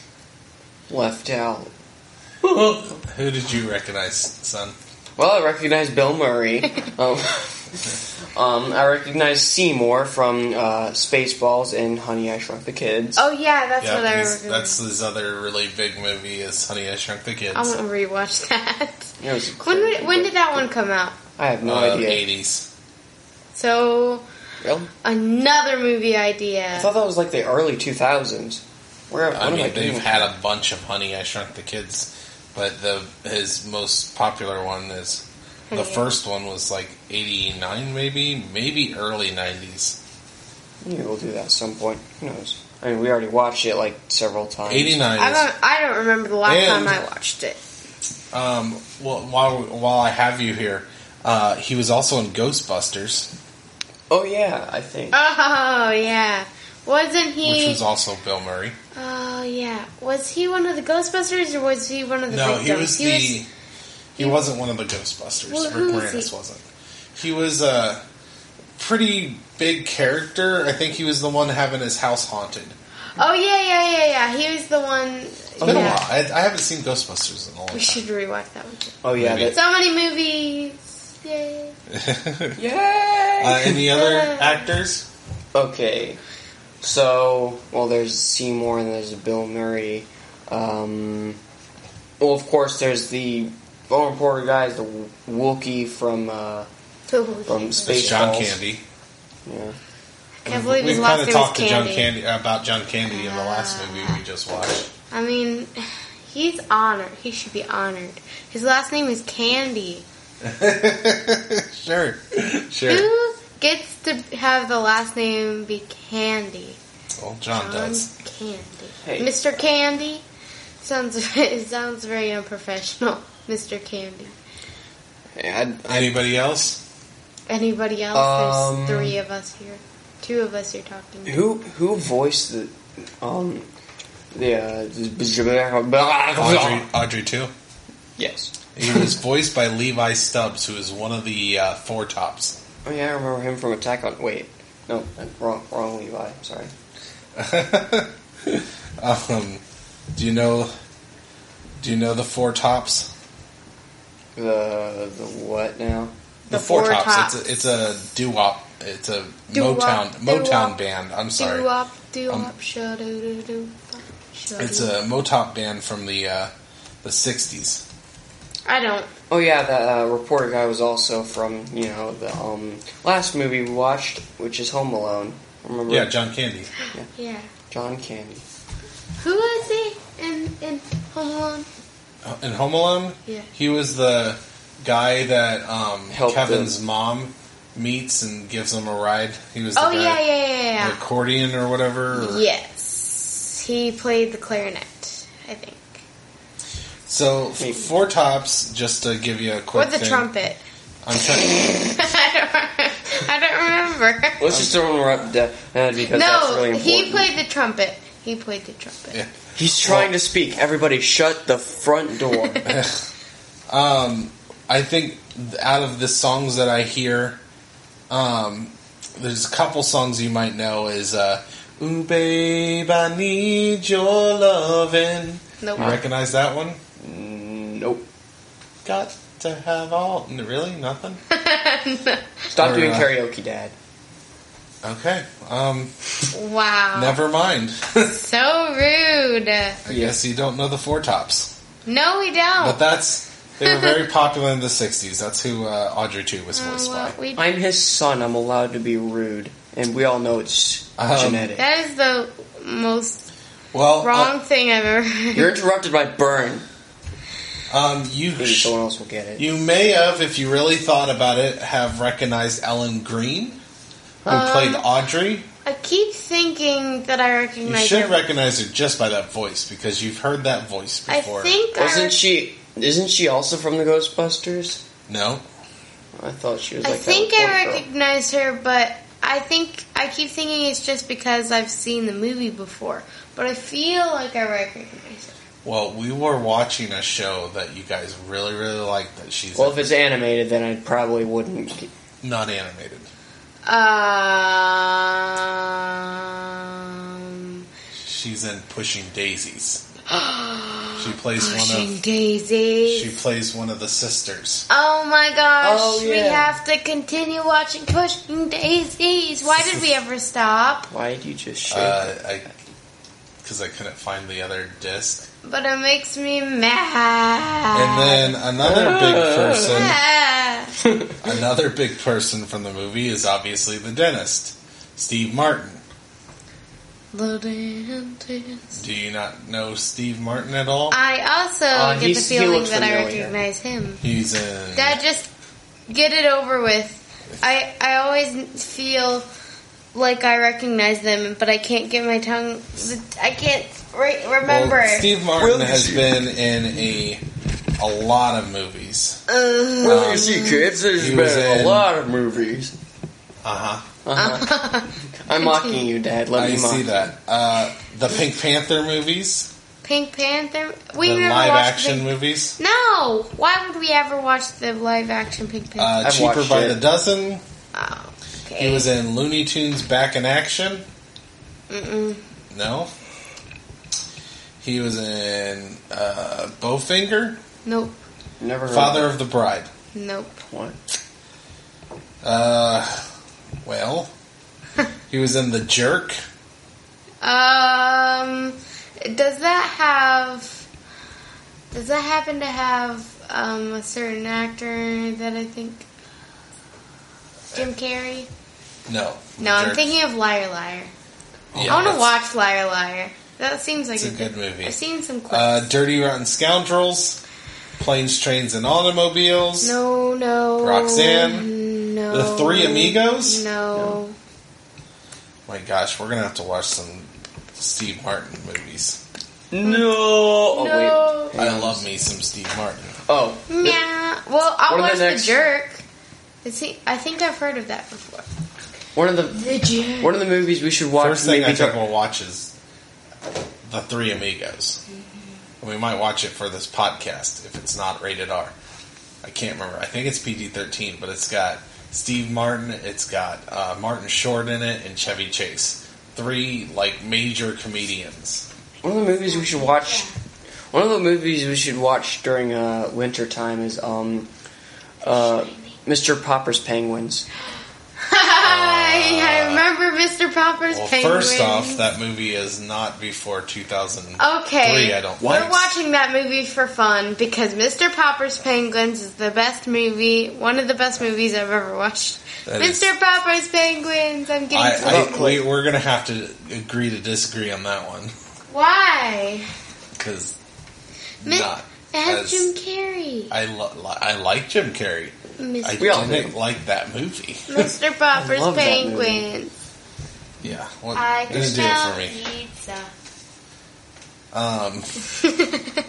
Speaker 4: left out.
Speaker 2: Who did you recognize, son?
Speaker 4: Well, I recognize Bill Murray. um, um, I recognize Seymour from uh, Spaceballs and Honey, I Shrunk the Kids.
Speaker 5: Oh yeah, that's
Speaker 2: Yeah,
Speaker 5: what I
Speaker 2: he's-
Speaker 5: recognize.
Speaker 2: that's his other really big movie is Honey I Shrunk the Kids. Uh,
Speaker 5: I want to rewatch that.
Speaker 4: It was a
Speaker 5: when
Speaker 4: crazy
Speaker 5: did, when
Speaker 4: movie.
Speaker 5: did that one come out?
Speaker 4: I have no
Speaker 2: uh,
Speaker 4: idea.
Speaker 2: Eighties.
Speaker 5: So
Speaker 4: Really?
Speaker 5: another movie
Speaker 4: I
Speaker 5: idea.
Speaker 4: thought that was like the early 2000s. Where
Speaker 2: I
Speaker 4: what
Speaker 2: mean,
Speaker 4: am I
Speaker 2: they've
Speaker 4: doing?
Speaker 2: had a bunch of Honey I Shrunk the Kids, but the his most popular one is the
Speaker 5: Honey, I-
Speaker 2: first one was like eighty nine, maybe, maybe early nineties.
Speaker 4: Maybe we'll do that at some point. Who knows? I mean, we already watched it like several times.
Speaker 2: Eighty nine.
Speaker 5: I don't I don't remember the last
Speaker 2: And-
Speaker 5: time I watched it.
Speaker 2: Um, well, while while I have you here, uh, he was also in Ghostbusters,
Speaker 4: Oh yeah, I think.
Speaker 2: Ah.
Speaker 5: Oh yeah, wasn't
Speaker 2: which
Speaker 5: he?
Speaker 2: was also Bill Murray.
Speaker 5: oh yeah, was he one of the Ghostbusters or was he one of the
Speaker 2: No,
Speaker 5: victims?
Speaker 2: he was the
Speaker 5: was-
Speaker 2: he wasn't one of the Ghostbusters.
Speaker 5: Well, who
Speaker 2: Rick
Speaker 5: was he?
Speaker 2: Moranis wasn't. He was a pretty big character. I think he was the one having his house haunted.
Speaker 5: oh yeah, yeah, yeah, yeah. He was the one.
Speaker 2: It's been
Speaker 5: yeah.
Speaker 2: a while. I, I haven't seen Ghostbusters in a long
Speaker 5: We should rewatch that one. Too.
Speaker 4: oh yeah,
Speaker 2: maybe.
Speaker 4: that,
Speaker 5: So many movies. Yay.
Speaker 2: time.
Speaker 4: Yay!
Speaker 2: uh, any other actors?
Speaker 4: Okay. So, well, there's Seymour and there's Bill Murray. Um, well, of course, there's the Bone Reporter guys, the Wookiee from, uh, from
Speaker 2: It's
Speaker 4: Space
Speaker 2: John Candy.
Speaker 4: Yeah.
Speaker 5: Can't believe
Speaker 2: We've
Speaker 5: his last
Speaker 2: kind of
Speaker 5: name was
Speaker 2: talked to John
Speaker 5: Candy. Ah.
Speaker 2: Candy about John Candy in the last movie we just watched.
Speaker 5: I mean, he's honored. He should be honored. His last name is Candy.
Speaker 2: sure, sure.
Speaker 5: Who gets to have the last name be Candy?
Speaker 2: Well, John does.
Speaker 5: Candy.
Speaker 4: Hey.
Speaker 5: Mr. Candy sounds it sounds very unprofessional. Mr. Candy.
Speaker 4: Yeah,
Speaker 2: Anybody else?
Speaker 5: Anybody else?
Speaker 4: Um,
Speaker 5: There's three of us here. Two of us you're talking
Speaker 4: I,
Speaker 5: to.
Speaker 4: who who voiced the um the uh, the-
Speaker 2: Audrey, Audrey too.
Speaker 4: yes.
Speaker 2: He was voiced by Levi Stubbs, who is one of the uh, Four Tops.
Speaker 4: Oh yeah, I remember him from Attack on. Wait, no, wrong, wrong Levi. Sorry.
Speaker 2: Um, do you know? Do you know the Four Tops?
Speaker 4: The the what now?
Speaker 5: The Four Tops.
Speaker 2: It's a, it's a doo wop. It's a
Speaker 5: Doo-wop,
Speaker 2: Motown Motown
Speaker 5: doo-wop,
Speaker 2: band. I'm sorry. Um,
Speaker 5: Do up, do up, show do do do.
Speaker 2: It's a Motop band from the uh, the '60s.
Speaker 5: I don't.
Speaker 4: Oh yeah, the uh, reporter guy was also from you know the um last movie we watched, which is Home Alone. Remember?
Speaker 2: Yeah, John Candy.
Speaker 5: Yeah.
Speaker 4: John Candy.
Speaker 5: Who was he in in Home Alone?
Speaker 2: In Home Alone,
Speaker 5: Yeah.
Speaker 2: he was the guy that um,
Speaker 4: Helped
Speaker 2: Kevin's mom meets and gives him a ride. He was the
Speaker 5: Oh
Speaker 2: guy, uh,
Speaker 5: yeah, yeah,
Speaker 2: the
Speaker 5: yeah,
Speaker 2: accordion or whatever.
Speaker 5: yeah.
Speaker 2: or-
Speaker 5: Yes, he played the clarinet, I think,
Speaker 2: So f- Four Tops, just to give you a
Speaker 5: or
Speaker 2: quick
Speaker 5: the
Speaker 2: thing,
Speaker 5: trumpet.
Speaker 2: I'm trying.
Speaker 5: I don't. I don't remember.
Speaker 4: Let's just throw him up dead because that's
Speaker 5: no,
Speaker 4: really important.
Speaker 5: he played the trumpet. He played the trumpet.
Speaker 2: Yeah.
Speaker 4: He's trying to speak. Everybody, shut the front door.
Speaker 2: Um, I think th- out of the songs that I hear, um, there's a couple songs you might know. Is uh, "Ooh Babe, I Need Your Lovin'."
Speaker 5: Nope.
Speaker 2: You recognize that one?
Speaker 4: nope.
Speaker 2: Got to have all. n- Really, nothing.
Speaker 4: Stop
Speaker 2: Or,
Speaker 4: doing
Speaker 2: uh,
Speaker 4: karaoke, Dad.
Speaker 2: Okay. Um,
Speaker 5: Wow.
Speaker 2: never mind.
Speaker 5: So rude.
Speaker 2: I guess you don't know the Four Tops,
Speaker 5: No, we
Speaker 2: but
Speaker 5: don't.
Speaker 2: that's they were very popular in the '60s. That's who uh, Audrey Two was
Speaker 5: Oh,
Speaker 2: voiced by.
Speaker 5: well, we-
Speaker 4: I'm his son. I'm allowed to be rude, and we all know it's
Speaker 2: Um,
Speaker 4: genetic.
Speaker 5: that is the most
Speaker 4: Oh,
Speaker 2: Well, uh,
Speaker 5: wrong thing I've ever
Speaker 4: You're
Speaker 5: heard.
Speaker 4: interrupted by burn.
Speaker 2: um, you
Speaker 4: Maybe someone else will get it.
Speaker 2: You may have, if you really thought about it, have recognized Ellen Green, who
Speaker 5: Um,
Speaker 2: played Audrey.
Speaker 5: I keep thinking that I
Speaker 2: You
Speaker 5: recognize
Speaker 2: should
Speaker 5: your-
Speaker 2: recognize her just by that voice because you've heard that voice
Speaker 5: I
Speaker 2: before.
Speaker 5: think I
Speaker 4: Wasn't
Speaker 5: rec-
Speaker 4: she? Isn't she also from the Ghostbusters?
Speaker 2: no,
Speaker 4: I thought she was
Speaker 5: I
Speaker 4: like
Speaker 5: think
Speaker 4: that.
Speaker 5: I
Speaker 4: one girl.
Speaker 5: recognize her, but I think I keep thinking it's just because I've seen the movie before. But I feel like I recognize her.
Speaker 2: well, we were watching a show that you guys really, really liked. That she's
Speaker 4: Well, if it's animated, then I probably wouldn't.
Speaker 2: not animated.
Speaker 5: Um,
Speaker 2: She's in Pushing Daisies. She plays one
Speaker 5: pushing
Speaker 2: of
Speaker 5: daisies.
Speaker 2: she plays one of the sisters.
Speaker 5: oh my gosh!
Speaker 4: Oh,
Speaker 5: We
Speaker 4: yeah.
Speaker 5: have to continue watching Pushing Daisies. Why did we ever stop?
Speaker 4: Why did you just shake?
Speaker 2: Uh, I because I couldn't find the other disc.
Speaker 5: But it makes me mad.
Speaker 2: And then another big
Speaker 4: Ah.
Speaker 2: person.
Speaker 5: Yeah.
Speaker 2: Another big person from the movie is obviously the dentist, Steve Martin.
Speaker 5: The dentist.
Speaker 2: Do you not know Steve Martin at all?
Speaker 5: I also
Speaker 4: Uh,
Speaker 5: get the
Speaker 4: he's- he
Speaker 5: feeling
Speaker 4: looks
Speaker 5: that I
Speaker 4: familiar.
Speaker 5: recognize him.
Speaker 2: He's in.
Speaker 5: Dad, just get it over with. I I always feel like I recognize them, but I can't get my tongue. I can't re- remember.
Speaker 2: Well, Steve Martin
Speaker 4: Will
Speaker 2: has
Speaker 4: you-
Speaker 2: been in a a lot of movies. Um,
Speaker 5: Ugh.
Speaker 4: Well, you see, kids, there's
Speaker 2: he was
Speaker 4: been
Speaker 2: in-
Speaker 4: a lot of movies.
Speaker 2: Uh huh.
Speaker 4: Uh-huh. I'm mocking you, Dad. Let
Speaker 2: I
Speaker 4: me mock.
Speaker 2: see
Speaker 4: you.
Speaker 2: that. Uh, the Pink Panther movies,
Speaker 5: Pink Panther. We
Speaker 2: the
Speaker 5: never
Speaker 2: live
Speaker 5: watched
Speaker 2: action
Speaker 5: Pink-
Speaker 2: movies,
Speaker 5: No. Why would we ever watch the live action Pink Panther?
Speaker 2: uh,
Speaker 4: I've
Speaker 2: Cheaper
Speaker 4: watched
Speaker 2: by
Speaker 4: it.
Speaker 2: the Dozen.
Speaker 5: oh, okay.
Speaker 2: He Uh, was in Looney Tunes Back in Action.
Speaker 5: Mm-mm.
Speaker 2: No. He was in uh, Bowfinger,
Speaker 5: Nope.
Speaker 4: Never heard
Speaker 2: Father
Speaker 4: Of
Speaker 2: of the Bride.
Speaker 5: Nope.
Speaker 4: that. What?
Speaker 2: Uh, well, he was in The Jerk.
Speaker 5: Um, does that have? Does that happen to have um, a certain actor that I think Jim Carrey?
Speaker 2: No. The
Speaker 5: No, I'm
Speaker 2: Jerk.
Speaker 5: thinking of Liar Liar.
Speaker 2: Yeah,
Speaker 5: I want to
Speaker 2: that's-
Speaker 5: watch Liar Liar. That seems like
Speaker 2: It's a good movie.
Speaker 5: I've seen some clips.
Speaker 2: Uh, Dirty Rotten Scoundrels, Planes, Trains, and Automobiles.
Speaker 5: no, no.
Speaker 2: Roxanne?
Speaker 5: No.
Speaker 2: The Three Amigos?
Speaker 5: No.
Speaker 2: My gosh, we're gonna have to watch some Steve Martin movies.
Speaker 4: No. Oh,
Speaker 5: No.
Speaker 4: wait.
Speaker 2: I love me some Steve Martin.
Speaker 4: Oh,
Speaker 5: Yeah. Well, I'll
Speaker 4: What are
Speaker 5: watch
Speaker 4: the
Speaker 5: the,
Speaker 4: next-
Speaker 5: jerk. Is he, I think I've heard of that before.
Speaker 4: one of the
Speaker 5: The jerk.
Speaker 4: one of the movies we should watch.
Speaker 2: First thing
Speaker 4: maybe
Speaker 2: I think
Speaker 4: tar-
Speaker 2: we'll watch is The Three Amigos. We might watch it for this podcast if it's not rated R. I can't remember. I think it's PG 13, but it's got Steve Martin, it's got uh, Martin Short in it, and Chevy Chase. Three, like, major comedians.
Speaker 4: One of the movies we should watch. One of the movies we should watch during uh, winter time is um, uh, Mr. Popper's Penguins.
Speaker 5: Hi, I remember Mr. Popper's
Speaker 2: Well,
Speaker 5: penguin.
Speaker 2: first off, that movie is not before 2000.
Speaker 5: Oh, Okay,
Speaker 2: Three, I don't
Speaker 5: we're
Speaker 2: think.
Speaker 5: watching that movie for fun because Mr. Popper's Penguins is the best movie, one of the best movies I've ever watched.
Speaker 2: That is-
Speaker 5: Mr. Popper's Penguins, I'm getting. to
Speaker 2: I, I,
Speaker 4: Exactly.
Speaker 2: we, we're going to have to agree to disagree on that one
Speaker 5: Why?
Speaker 2: because
Speaker 5: Mi-
Speaker 2: not.
Speaker 5: It has
Speaker 2: as-
Speaker 5: Jim Carrey.
Speaker 2: I, lo- li- I like Jim Carrey. I
Speaker 5: Mr.
Speaker 4: We all
Speaker 2: didn't
Speaker 4: do.
Speaker 2: like that movie.
Speaker 5: Mr. Popper's
Speaker 4: love that movie.
Speaker 5: Penguins.
Speaker 2: Yeah, what
Speaker 3: I can
Speaker 2: didn't do it for
Speaker 3: smell
Speaker 2: me.
Speaker 3: pizza.
Speaker 2: Um,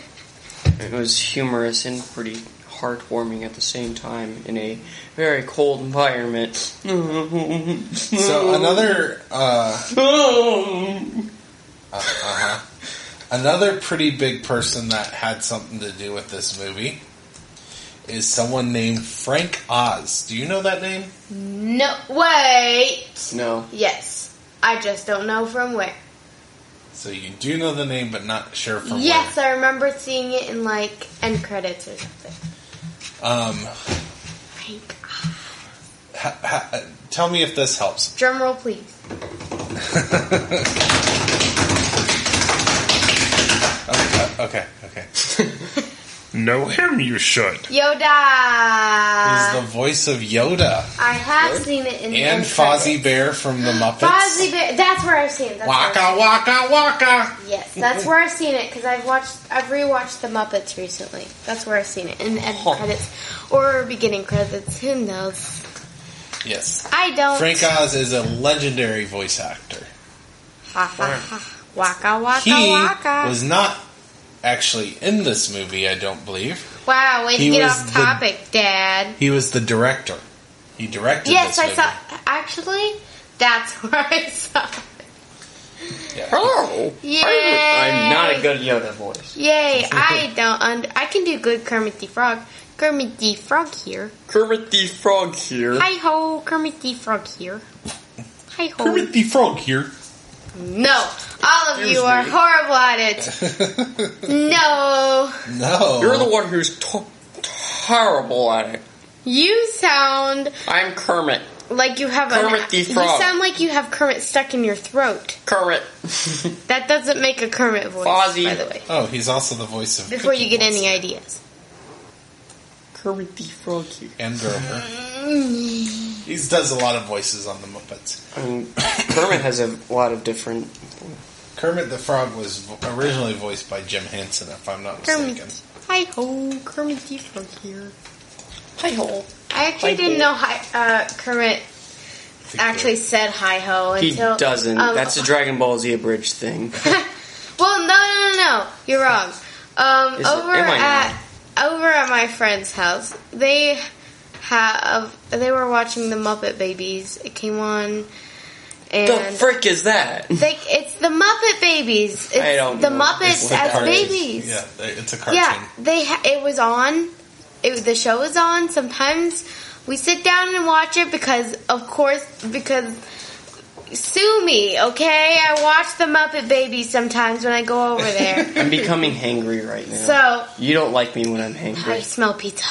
Speaker 4: It was humorous and pretty heartwarming at the same time in a very cold environment.
Speaker 2: so another uh, uh-huh. another pretty big person that had something to do with this movie is someone named Frank Oz. Do you know that name?
Speaker 5: No, wait.
Speaker 4: no,
Speaker 5: Yes, I just don't know from where.
Speaker 2: So you do know the name, but not sure from
Speaker 5: yes, I remember seeing it in like end credits or something.
Speaker 2: where. Um,
Speaker 5: Frank,
Speaker 2: ha- ha- tell me if this helps.
Speaker 5: drum roll, please.
Speaker 2: Okay, okay, okay. know him, you should.
Speaker 5: Yoda.
Speaker 2: He's the voice of Yoda
Speaker 5: I have seen it in
Speaker 2: and
Speaker 5: the
Speaker 2: Fozzie Bear from the Muppets.
Speaker 5: Fozzie Bear. That's where I've seen it. That's where I've
Speaker 2: Waka waka waka.
Speaker 5: seen it. Yes, that's where I've seen it because I've watched, I've rewatched the Muppets recently. That's where I've seen it in end
Speaker 4: Huh.
Speaker 5: credits or beginning credits. Who knows?
Speaker 2: Yes.
Speaker 5: I don't.
Speaker 2: Frank uh, Oz is a legendary voice actor.
Speaker 5: Ha, ha, ha. Waka waka
Speaker 2: He
Speaker 5: waka.
Speaker 2: was not actually in this movie, I don't believe.
Speaker 5: wow, way
Speaker 2: he
Speaker 5: to get
Speaker 2: was
Speaker 5: off
Speaker 2: the-
Speaker 5: topic, Dad.
Speaker 2: He was the director. He directed
Speaker 5: Yes, I
Speaker 2: this movie.
Speaker 5: saw. Actually, that's where I saw. it.
Speaker 2: Oh,
Speaker 4: hello.
Speaker 5: Yay.
Speaker 4: I'm not a good Yoda voice.
Speaker 5: Yay! I don't. Und- I can do good Kermit the Frog. Kermit the Frog here.
Speaker 4: Kermit the Frog here.
Speaker 5: Hi ho, Kermit the Frog here. Hi ho.
Speaker 2: Kermit the Frog here.
Speaker 5: No, all of you
Speaker 4: Excuse
Speaker 5: are
Speaker 4: me.
Speaker 5: horrible at it. No,
Speaker 2: no.
Speaker 4: You're the one who's t- terrible at it.
Speaker 5: you sound
Speaker 4: I'm Kermit.
Speaker 5: like you have
Speaker 4: Kermit
Speaker 5: a.
Speaker 4: the Frog.
Speaker 5: You sound like you have Kermit stuck in your throat.
Speaker 4: Kermit.
Speaker 5: That doesn't make a Kermit voice,
Speaker 4: Fozzie.
Speaker 5: by the way.
Speaker 2: Oh, he's also the voice of
Speaker 5: Before you
Speaker 2: Cookie
Speaker 5: get any
Speaker 2: Monster
Speaker 5: ideas,
Speaker 4: Kermit the Frog here.
Speaker 2: And Grover.
Speaker 5: Mm.
Speaker 2: he does a lot of voices on the Muppets.
Speaker 4: I mean, Um, Kermit has a lot of different.
Speaker 2: Kermit the Frog was vo- originally voiced by Jim Henson, if I'm not mistaken.
Speaker 5: Kermit. Hi ho, Kermit the Frog here.
Speaker 4: Hi hole.
Speaker 5: I actually
Speaker 4: Hi-ho.
Speaker 5: didn't know hi, uh, Kermit
Speaker 2: I think
Speaker 5: actually said hi ho
Speaker 4: He
Speaker 5: until
Speaker 4: doesn't.
Speaker 5: um,
Speaker 4: That's a Dragon Ball Z abridged thing.
Speaker 5: Well, no, no, no, no. You're wrong. Um,
Speaker 4: Is it-
Speaker 5: over
Speaker 4: am I
Speaker 5: at over at my friend's house, they have they were watching the Muppet Babies. It came on,
Speaker 4: the
Speaker 5: and
Speaker 4: frick is that?
Speaker 5: they, it's the Muppet Babies. It's
Speaker 4: I don't
Speaker 5: the
Speaker 4: know.
Speaker 5: Muppets
Speaker 4: It's
Speaker 2: the
Speaker 5: as
Speaker 2: cartoon.
Speaker 5: babies.
Speaker 2: Yeah, it's a cartoon.
Speaker 5: Yeah, they ha- it was on. It was- the show was on. Sometimes we sit down and watch it because, of course, because sue me, okay? I watch the Muppet Babies sometimes when I go over there.
Speaker 4: I'm becoming hangry right now.
Speaker 5: so
Speaker 4: you don't like me when I'm
Speaker 5: I
Speaker 4: hangry.
Speaker 5: smell pizza.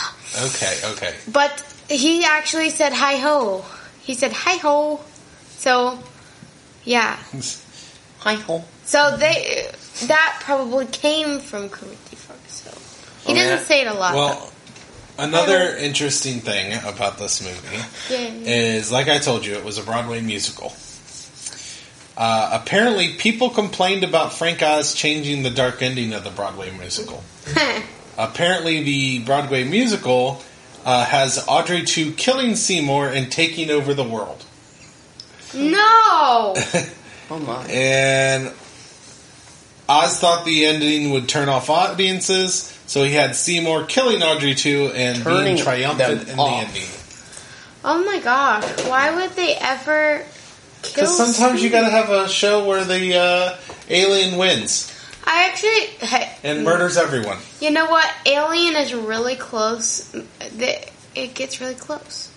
Speaker 2: Okay, okay.
Speaker 5: But he actually said hi ho. He said hi ho. So yeah.
Speaker 4: Hi hole.
Speaker 5: So they that probably came from Karate Frog. So he
Speaker 4: Oh,
Speaker 5: doesn't
Speaker 4: yeah.
Speaker 5: say it a lot.
Speaker 2: Well, another interesting thing about this movie
Speaker 5: though.
Speaker 4: eh,
Speaker 5: yeah.
Speaker 2: is, like I told you, it was a Broadway musical. Uh, apparently, people complained about Frank Oz changing the dark ending of the Broadway musical. Apparently, the Broadway musical uh, has Audrey 2 killing Seymour and taking over the world.
Speaker 5: no.
Speaker 4: Oh my.
Speaker 2: And Oz thought the ending would turn off audiences, So he had Seymour killing Audrey too and
Speaker 4: Turning
Speaker 2: being triumphant
Speaker 4: them
Speaker 2: in
Speaker 4: off.
Speaker 2: the ending.
Speaker 5: Oh my gosh, why would they ever kill
Speaker 2: Because sometimes you
Speaker 5: Steve?
Speaker 2: gotta have a show where the uh, alien wins
Speaker 5: I actually. Hey,
Speaker 2: and murders everyone.
Speaker 5: You know what? Alien is really close. The- It gets really close.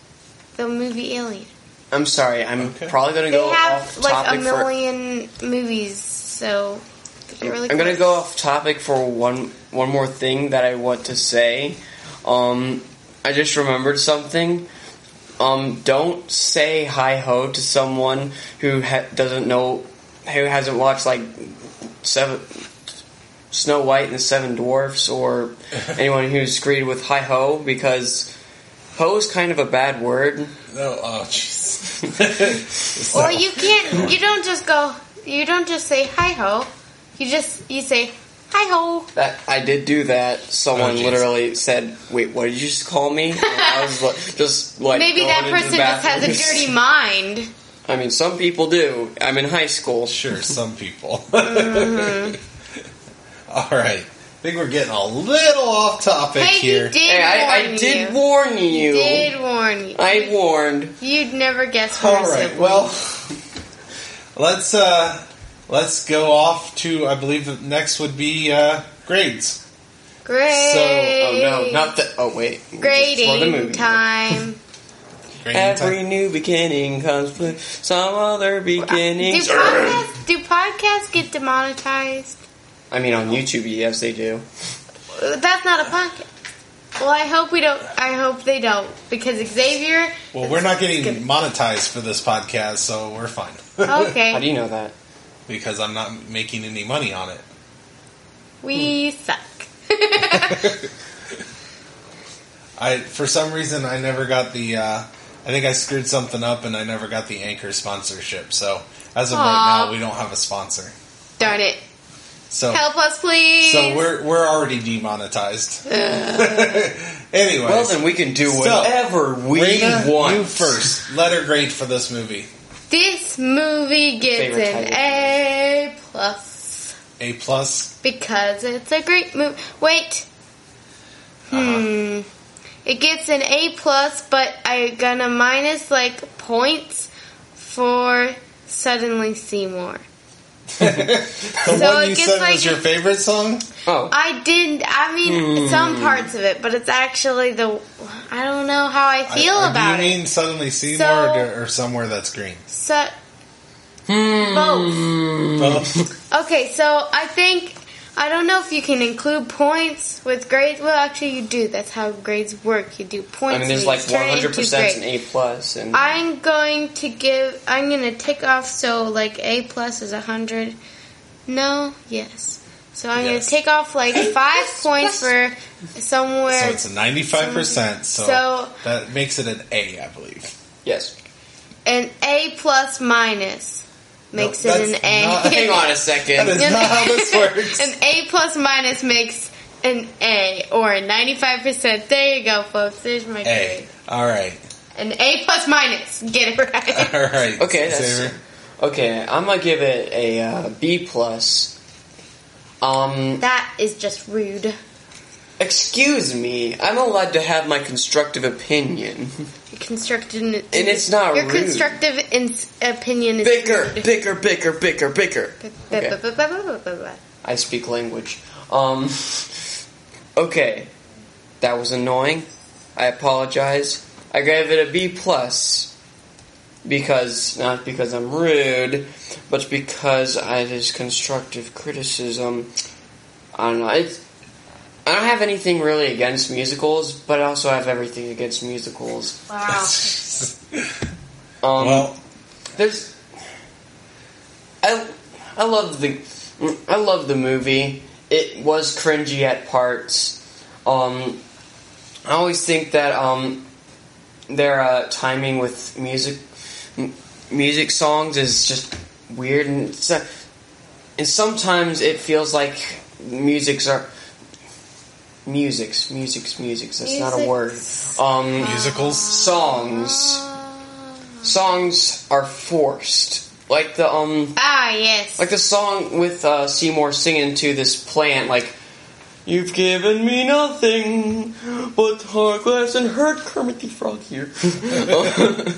Speaker 5: The movie Alien.
Speaker 4: I'm sorry. I'm
Speaker 2: Okay.
Speaker 4: probably gonna
Speaker 5: They
Speaker 4: go
Speaker 5: have
Speaker 4: off
Speaker 5: like
Speaker 4: topic
Speaker 5: a
Speaker 4: for.
Speaker 5: million movies, so they get really
Speaker 4: I'm gonna
Speaker 5: close.
Speaker 4: go off topic for one one more thing that I want to say. Um, I just remembered something. Um, don't say hi ho to someone who ha- doesn't know, who hasn't watched like seven Snow White and the Seven Dwarfs, or anyone who's greeted with hi ho because ho is kind of a bad word.
Speaker 2: No, oh jeez.
Speaker 5: Well, you can't. You don't just go. You don't just say hi ho. You just you say hi ho.
Speaker 4: That I did do that. Someone
Speaker 2: Oh, jeez.
Speaker 4: literally said, "Wait, what did you just call me?" And I was like, just like
Speaker 5: Maybe
Speaker 4: going
Speaker 5: that
Speaker 4: into the
Speaker 5: person just has a
Speaker 4: bathrooms.
Speaker 5: dirty mind.
Speaker 4: I mean, some people do. I'm in high school.
Speaker 2: Sure, some people. All right, I think we're getting a little off topic
Speaker 5: Hey,
Speaker 2: here.
Speaker 5: he did
Speaker 4: Hey, I, I
Speaker 5: warn
Speaker 4: did
Speaker 5: you.
Speaker 4: warn you.
Speaker 5: Did warn you.
Speaker 4: I warned.
Speaker 5: You'd never guess where
Speaker 2: All
Speaker 5: his
Speaker 2: right,
Speaker 5: sibling-
Speaker 2: well, let's uh, let's go off to I believe the next would be uh, grades.
Speaker 5: Great.
Speaker 4: Oh no, not the. Oh wait, We just tore the
Speaker 5: grading
Speaker 4: movie.
Speaker 5: time.
Speaker 2: Grading
Speaker 4: Every
Speaker 2: time.
Speaker 4: new beginning comes with some other
Speaker 5: Do
Speaker 4: beginning.
Speaker 5: podcasts, do podcasts get demonetized?
Speaker 4: I mean, on YouTube, yes, they do.
Speaker 5: Uh, That's not a podcast. Well, I hope we don't. I hope they don't because Xavier.
Speaker 2: Well, we're not getting monetized for this podcast, so we're fine
Speaker 4: How do
Speaker 5: Okay,
Speaker 4: you know that?
Speaker 2: because I'm not making any money on it.
Speaker 5: we suck.
Speaker 2: I for some reason I never got the. Uh, I think I screwed something up and I never got the anchor sponsorship. So as of right
Speaker 5: Aw.
Speaker 2: now, we don't have a sponsor.
Speaker 5: Darn it!
Speaker 4: Oh.
Speaker 2: So
Speaker 5: Help us, please.
Speaker 2: so we're we're already demonetized. Anyways,
Speaker 4: Well, then we can do whatever we
Speaker 2: Raina,
Speaker 4: want.
Speaker 2: you first. Letter grade for this movie.
Speaker 5: this movie gets
Speaker 4: Favorite
Speaker 5: an
Speaker 4: title.
Speaker 5: A plus
Speaker 2: A plus.
Speaker 5: because it's a great movie. Wait,
Speaker 2: Uh-huh.
Speaker 5: hmm, it gets an A plus, but I gonna minus like points for suddenly Seymour.
Speaker 2: The
Speaker 5: So
Speaker 2: one
Speaker 5: it
Speaker 2: you
Speaker 5: gets
Speaker 2: said
Speaker 5: like-
Speaker 2: was your favorite song?
Speaker 4: Oh,
Speaker 5: I didn't. I mean, some
Speaker 2: Hmm.
Speaker 5: parts of it, but it's actually the. I don't know how I feel
Speaker 2: I, I-
Speaker 5: about
Speaker 2: do you
Speaker 5: it.
Speaker 2: mean suddenly Seymour
Speaker 5: So-
Speaker 2: or, or somewhere that's green?
Speaker 5: So,
Speaker 4: Hmm.
Speaker 5: both.
Speaker 2: Both.
Speaker 5: Okay, so I think I don't know if you can include points with grades. Well, actually, you do. That's how grades work. You do points.
Speaker 4: I mean, there's
Speaker 5: and
Speaker 4: like
Speaker 5: you turn it into
Speaker 4: 100% an
Speaker 5: grades.
Speaker 4: A plus, and
Speaker 5: I'm going to give. I'm going to take off. So like A plus is hundred. No. Yes. So I'm going
Speaker 2: Yes.
Speaker 5: to take off like five points for somewhere.
Speaker 2: so it's a ninety-five percent. So,
Speaker 5: So-
Speaker 2: that makes it an A, I believe.
Speaker 4: yes.
Speaker 5: An A plus minus makes
Speaker 2: No,
Speaker 5: it an
Speaker 2: that's
Speaker 5: A.
Speaker 2: not-
Speaker 4: Hang on a
Speaker 2: That is
Speaker 4: second.
Speaker 2: not how this works.
Speaker 5: an A plus minus makes an A or a 95%. There you go, folks. There's my
Speaker 2: A.
Speaker 5: grade.
Speaker 2: All right.
Speaker 5: An A plus minus. Get it right.
Speaker 2: All right.
Speaker 4: Okay, that's-
Speaker 2: Xavier.
Speaker 4: Okay, I'm gonna give it a uh, B plus. Um,
Speaker 5: that is just rude.
Speaker 4: excuse me, I'm allowed to have my constructive opinion.
Speaker 5: Your constructive. And
Speaker 4: it's not
Speaker 5: Your
Speaker 4: rude.
Speaker 5: constructive ins- opinion is.
Speaker 4: Bicker,
Speaker 5: rude.
Speaker 4: bicker, bicker, bicker, bicker. Okay.
Speaker 5: Ba-ba-ba-ba-ba-ba-ba-ba.
Speaker 4: I speak language. Um, okay, that was annoying. I apologize. I gave it a B plus because not because I'm rude, but because I just constructive criticism. I don't know. It's, I don't have anything really against musicals, but I also have everything against musicals.
Speaker 5: Wow.
Speaker 4: Um,
Speaker 2: Well,
Speaker 4: there's I I love the I love the movie. It was cringy at parts. Um, I always think that um, their uh, timing with music m- music songs is just weird, and it's not- and sometimes it feels like musics are musics musics musics. That's not a word.
Speaker 5: Musics.
Speaker 4: Um,
Speaker 2: musicals.
Speaker 4: songs songs are forced. Like the um
Speaker 5: Ah, yes.
Speaker 4: like the song with uh, Seymour singing to this plant, like You've given me nothing but hard glass and hurt Kermit the Frog here.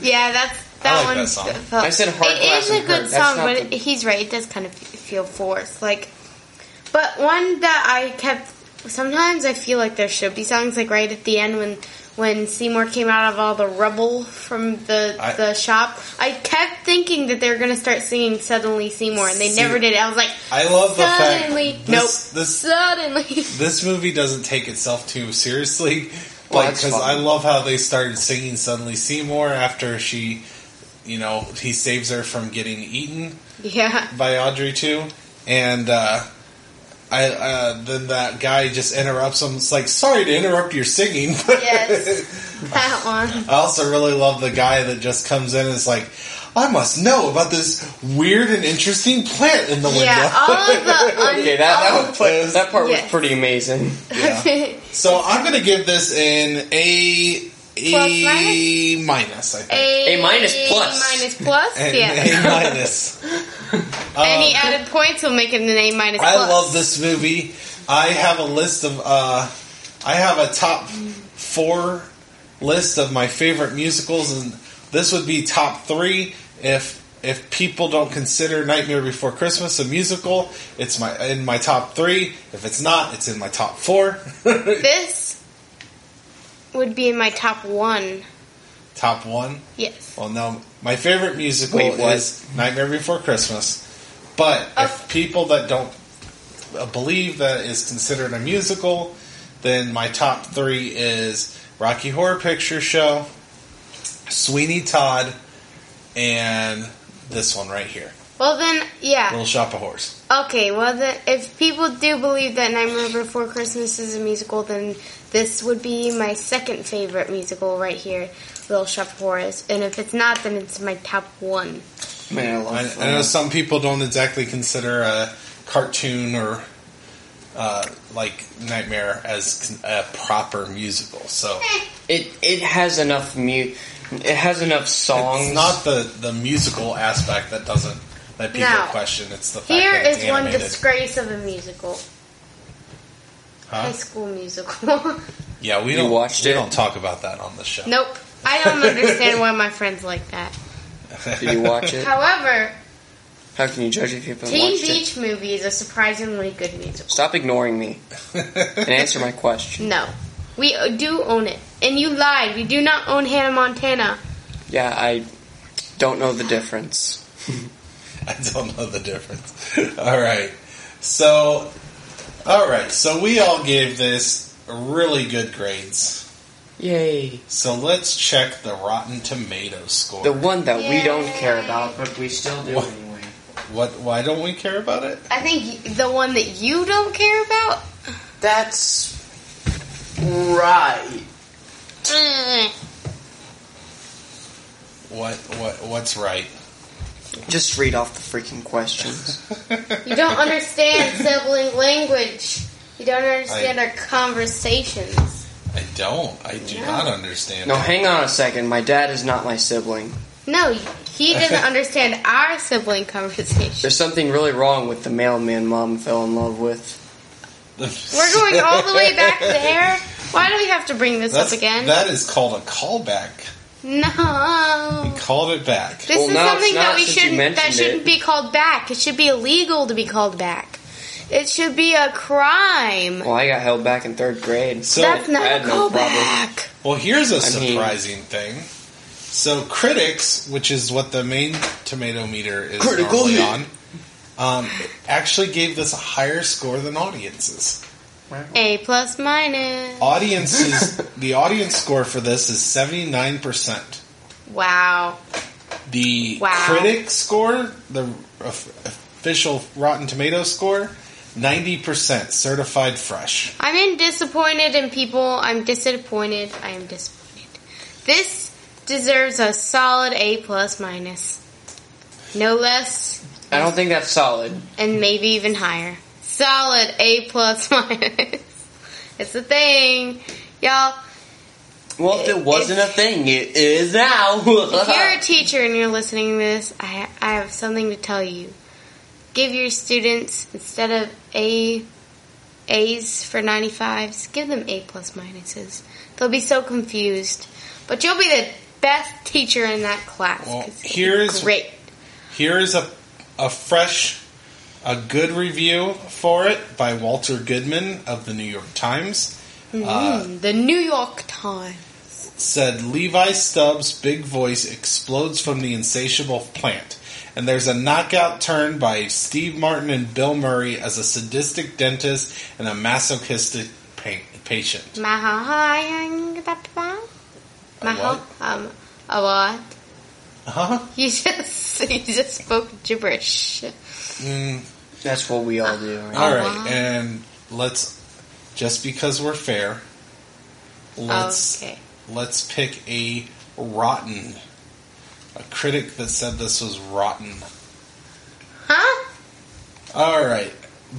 Speaker 5: Yeah, that's that
Speaker 2: like
Speaker 5: one.
Speaker 2: that song.
Speaker 5: felt-
Speaker 4: I said hard
Speaker 5: It
Speaker 4: glass
Speaker 5: is a
Speaker 4: and hard.
Speaker 5: good
Speaker 4: That's
Speaker 5: song,
Speaker 4: not
Speaker 5: but
Speaker 4: the-
Speaker 5: he's right. It does kind of f- feel forced. Like, but one that I kept. Sometimes I feel like there should be songs like right at the end when when Seymour came out of all the rubble from the
Speaker 2: I-
Speaker 5: the shop. I kept thinking that they were gonna start singing suddenly Seymour, and they
Speaker 2: See-
Speaker 5: never did. I was like,
Speaker 2: I love the
Speaker 5: suddenly,
Speaker 2: fact.
Speaker 5: nope,
Speaker 2: This, this
Speaker 5: suddenly.
Speaker 2: this movie doesn't take itself too seriously.
Speaker 4: Well,
Speaker 2: Like,
Speaker 4: that's
Speaker 2: because
Speaker 4: fine.
Speaker 2: I love how they started singing suddenly Seymour after she, you know, he saves her from getting eaten
Speaker 5: yeah,
Speaker 2: by Audrey too, and uh, I uh, then that guy just interrupts him. It's like, sorry to interrupt your singing. but
Speaker 5: yes, that one.
Speaker 2: I also really love the guy that just comes in and is like, I must know about this weird and interesting plant in the window.
Speaker 5: Yeah, all of the un-
Speaker 4: Okay, that
Speaker 5: all
Speaker 4: that, was, put- that part
Speaker 5: Oh. Yes.
Speaker 4: was pretty amazing.
Speaker 2: Yeah. So I'm gonna give this an A A minus. I think.
Speaker 5: A,
Speaker 4: A minus plus.
Speaker 5: minus plus,
Speaker 2: An
Speaker 5: yeah.
Speaker 2: A minus.
Speaker 5: Any added points will make it an A minus
Speaker 2: um, I
Speaker 5: plus.
Speaker 2: love this movie. I have a list of. Uh, I have a top four list of my favorite musicals, and this would be top three if if people don't consider Nightmare Before Christmas a musical. It's my in my top three. If it's not, it's in my top four.
Speaker 5: This would be in my top one.
Speaker 2: top one.
Speaker 5: Yes.
Speaker 2: Well, no, my favorite musical
Speaker 4: Wait, what? Oh.
Speaker 2: is Nightmare Before Christmas. But if people that don't uh, believe that is considered a musical, then my top three is Rocky Horror Picture Show, Sweeney Todd, and this one right here,
Speaker 5: Well then, yeah.
Speaker 2: Little Shop of Horrors.
Speaker 5: Okay. Well, then, if people do believe that Nightmare Before Christmas is a musical, then this would be my second favorite musical right here, Little Shop of Horrors. And if it's not, then it's my top one.
Speaker 4: Man, I love.
Speaker 2: I,
Speaker 4: it.
Speaker 2: I know some people don't exactly consider a cartoon or uh, like Nightmare as con- a proper musical, so.
Speaker 4: It it has enough mute. It has enough songs.
Speaker 2: It's not the, the musical aspect that doesn't that people
Speaker 5: Now,
Speaker 2: question. It's the fact
Speaker 5: Here
Speaker 2: that it's
Speaker 5: is one
Speaker 2: animated.
Speaker 5: disgrace of a musical, High
Speaker 2: huh?
Speaker 5: School Musical.
Speaker 2: Yeah, we
Speaker 4: You
Speaker 2: don't
Speaker 4: watched
Speaker 2: we
Speaker 4: it?
Speaker 2: don't talk about that on the show.
Speaker 5: Nope. I don't understand why my friends like that.
Speaker 4: Did you watch it?
Speaker 5: However,
Speaker 4: How can you judge if you haven't
Speaker 5: Teen
Speaker 4: watched it?
Speaker 5: Beach Movie is a surprisingly good musical.
Speaker 4: Stop ignoring me and answer my question.
Speaker 5: No. We do own it. And you lied. We do not own Hannah Montana.
Speaker 4: Yeah, I don't know the difference.
Speaker 2: I don't know the difference. all right. So all right, so we all gave this really good grades.
Speaker 4: Yay!
Speaker 2: So let's check the Rotten Tomatoes score.
Speaker 4: The one that we don't
Speaker 5: Yay.
Speaker 4: care about, but we still do
Speaker 2: What?
Speaker 4: anyway.
Speaker 2: what why don't we care about it?
Speaker 5: I think the one that you don't care about?
Speaker 4: That's right.
Speaker 2: What what what's right?
Speaker 4: Just read off the freaking questions.
Speaker 5: You don't understand sibling language. You don't understand
Speaker 2: I-
Speaker 5: our conversations.
Speaker 2: I don't. I do
Speaker 5: No.
Speaker 2: not understand.
Speaker 4: no,
Speaker 2: it.
Speaker 4: hang on a second. My dad is not my sibling.
Speaker 5: No, he doesn't understand our sibling conversation.
Speaker 4: There's something really wrong with the mailman mom fell in love with.
Speaker 5: We're going all the way back there. Why do we have to bring this
Speaker 2: That's,
Speaker 5: up again?
Speaker 2: That is called a callback.
Speaker 5: no.
Speaker 2: He called it back.
Speaker 5: This
Speaker 4: Well,
Speaker 5: is
Speaker 4: now it's
Speaker 5: something that
Speaker 4: not
Speaker 5: we
Speaker 4: since you
Speaker 5: shouldn't that
Speaker 4: mentioned
Speaker 5: shouldn't
Speaker 4: it.
Speaker 5: be called back. It should be illegal to be called back. It should be a crime.
Speaker 4: Well, I got held back in third grade.
Speaker 2: So
Speaker 5: That's not
Speaker 4: I
Speaker 5: a
Speaker 4: had no problem.
Speaker 5: callback.
Speaker 2: Well, here's a
Speaker 4: I mean-
Speaker 2: surprising thing. So critics, which is what the main tomato meter is
Speaker 4: Critical
Speaker 2: normally
Speaker 4: hit.
Speaker 2: on, um, actually gave this a higher score than audiences.
Speaker 5: A plus minus.
Speaker 2: Audiences, the audience score for this is seventy nine percent.
Speaker 5: Wow.
Speaker 2: The
Speaker 5: Wow.
Speaker 2: critic score, the of- official Rotten Tomato score, ninety percent, certified fresh.
Speaker 5: I'm in disappointed in people. I'm disappointed. I am disappointed. This deserves a solid A plus minus. No less
Speaker 4: I don't think that's solid.
Speaker 5: and maybe even higher. Solid A plus minus. It's a thing. Y'all
Speaker 4: Well, if it wasn't a thing, it is now.
Speaker 5: If
Speaker 2: Uh-huh.
Speaker 5: you're a teacher and you're listening to this, I, I have something to tell you. Give your students, instead of A A's for 95s. Give them A plus minuses. They'll be so confused. But you'll be the best teacher in that class.
Speaker 2: Well,
Speaker 5: 'cause
Speaker 2: here's-
Speaker 5: great.
Speaker 2: Here's a a fresh, a good review for it by Walter Goodman of the New York Times. Uh,
Speaker 5: Mm, the New York Times.
Speaker 2: said Levi Stubbs' big voice explodes from the insatiable plant, and there's a knockout turn by Steve Martin and Bill Murray as a sadistic dentist and a masochistic pa- patient.
Speaker 5: Mahayang
Speaker 2: what?
Speaker 5: Um, a what?
Speaker 2: Huh?
Speaker 5: You just you just spoke gibberish.
Speaker 2: Mm,
Speaker 4: That's what we all do. Right?
Speaker 2: all right,
Speaker 5: wow.
Speaker 2: and let's just because we're fair, let's
Speaker 5: okay.
Speaker 2: let's pick a rotten, a critic that said this was rotten.
Speaker 5: Huh?
Speaker 2: All right.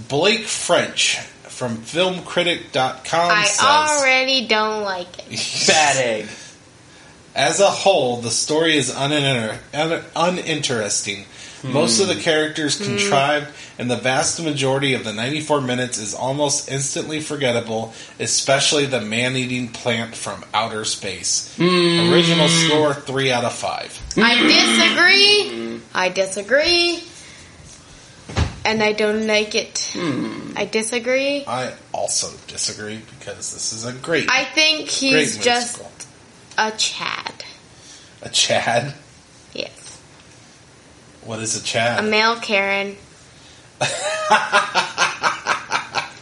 Speaker 2: Blake French from filmcritic.com
Speaker 5: I
Speaker 2: says
Speaker 5: already don't like it.
Speaker 4: Bad egg.
Speaker 2: As a whole, the story is uninter- un- uninteresting. Most of the
Speaker 5: Hmm.
Speaker 2: characters contrived, and the vast majority of the 94 minutes is almost instantly forgettable, especially the man eating plant from outer space. Original score 3 out of 5.
Speaker 5: I disagree. I disagree. And I don't like it.
Speaker 2: Hmm.
Speaker 5: I disagree.
Speaker 2: I also disagree because this is a great,
Speaker 5: I think
Speaker 2: great
Speaker 5: he's
Speaker 2: musical.
Speaker 5: just a Chad.
Speaker 2: A Chad?
Speaker 5: Yes.
Speaker 2: What is a
Speaker 5: A
Speaker 2: Chad?
Speaker 5: male Karen.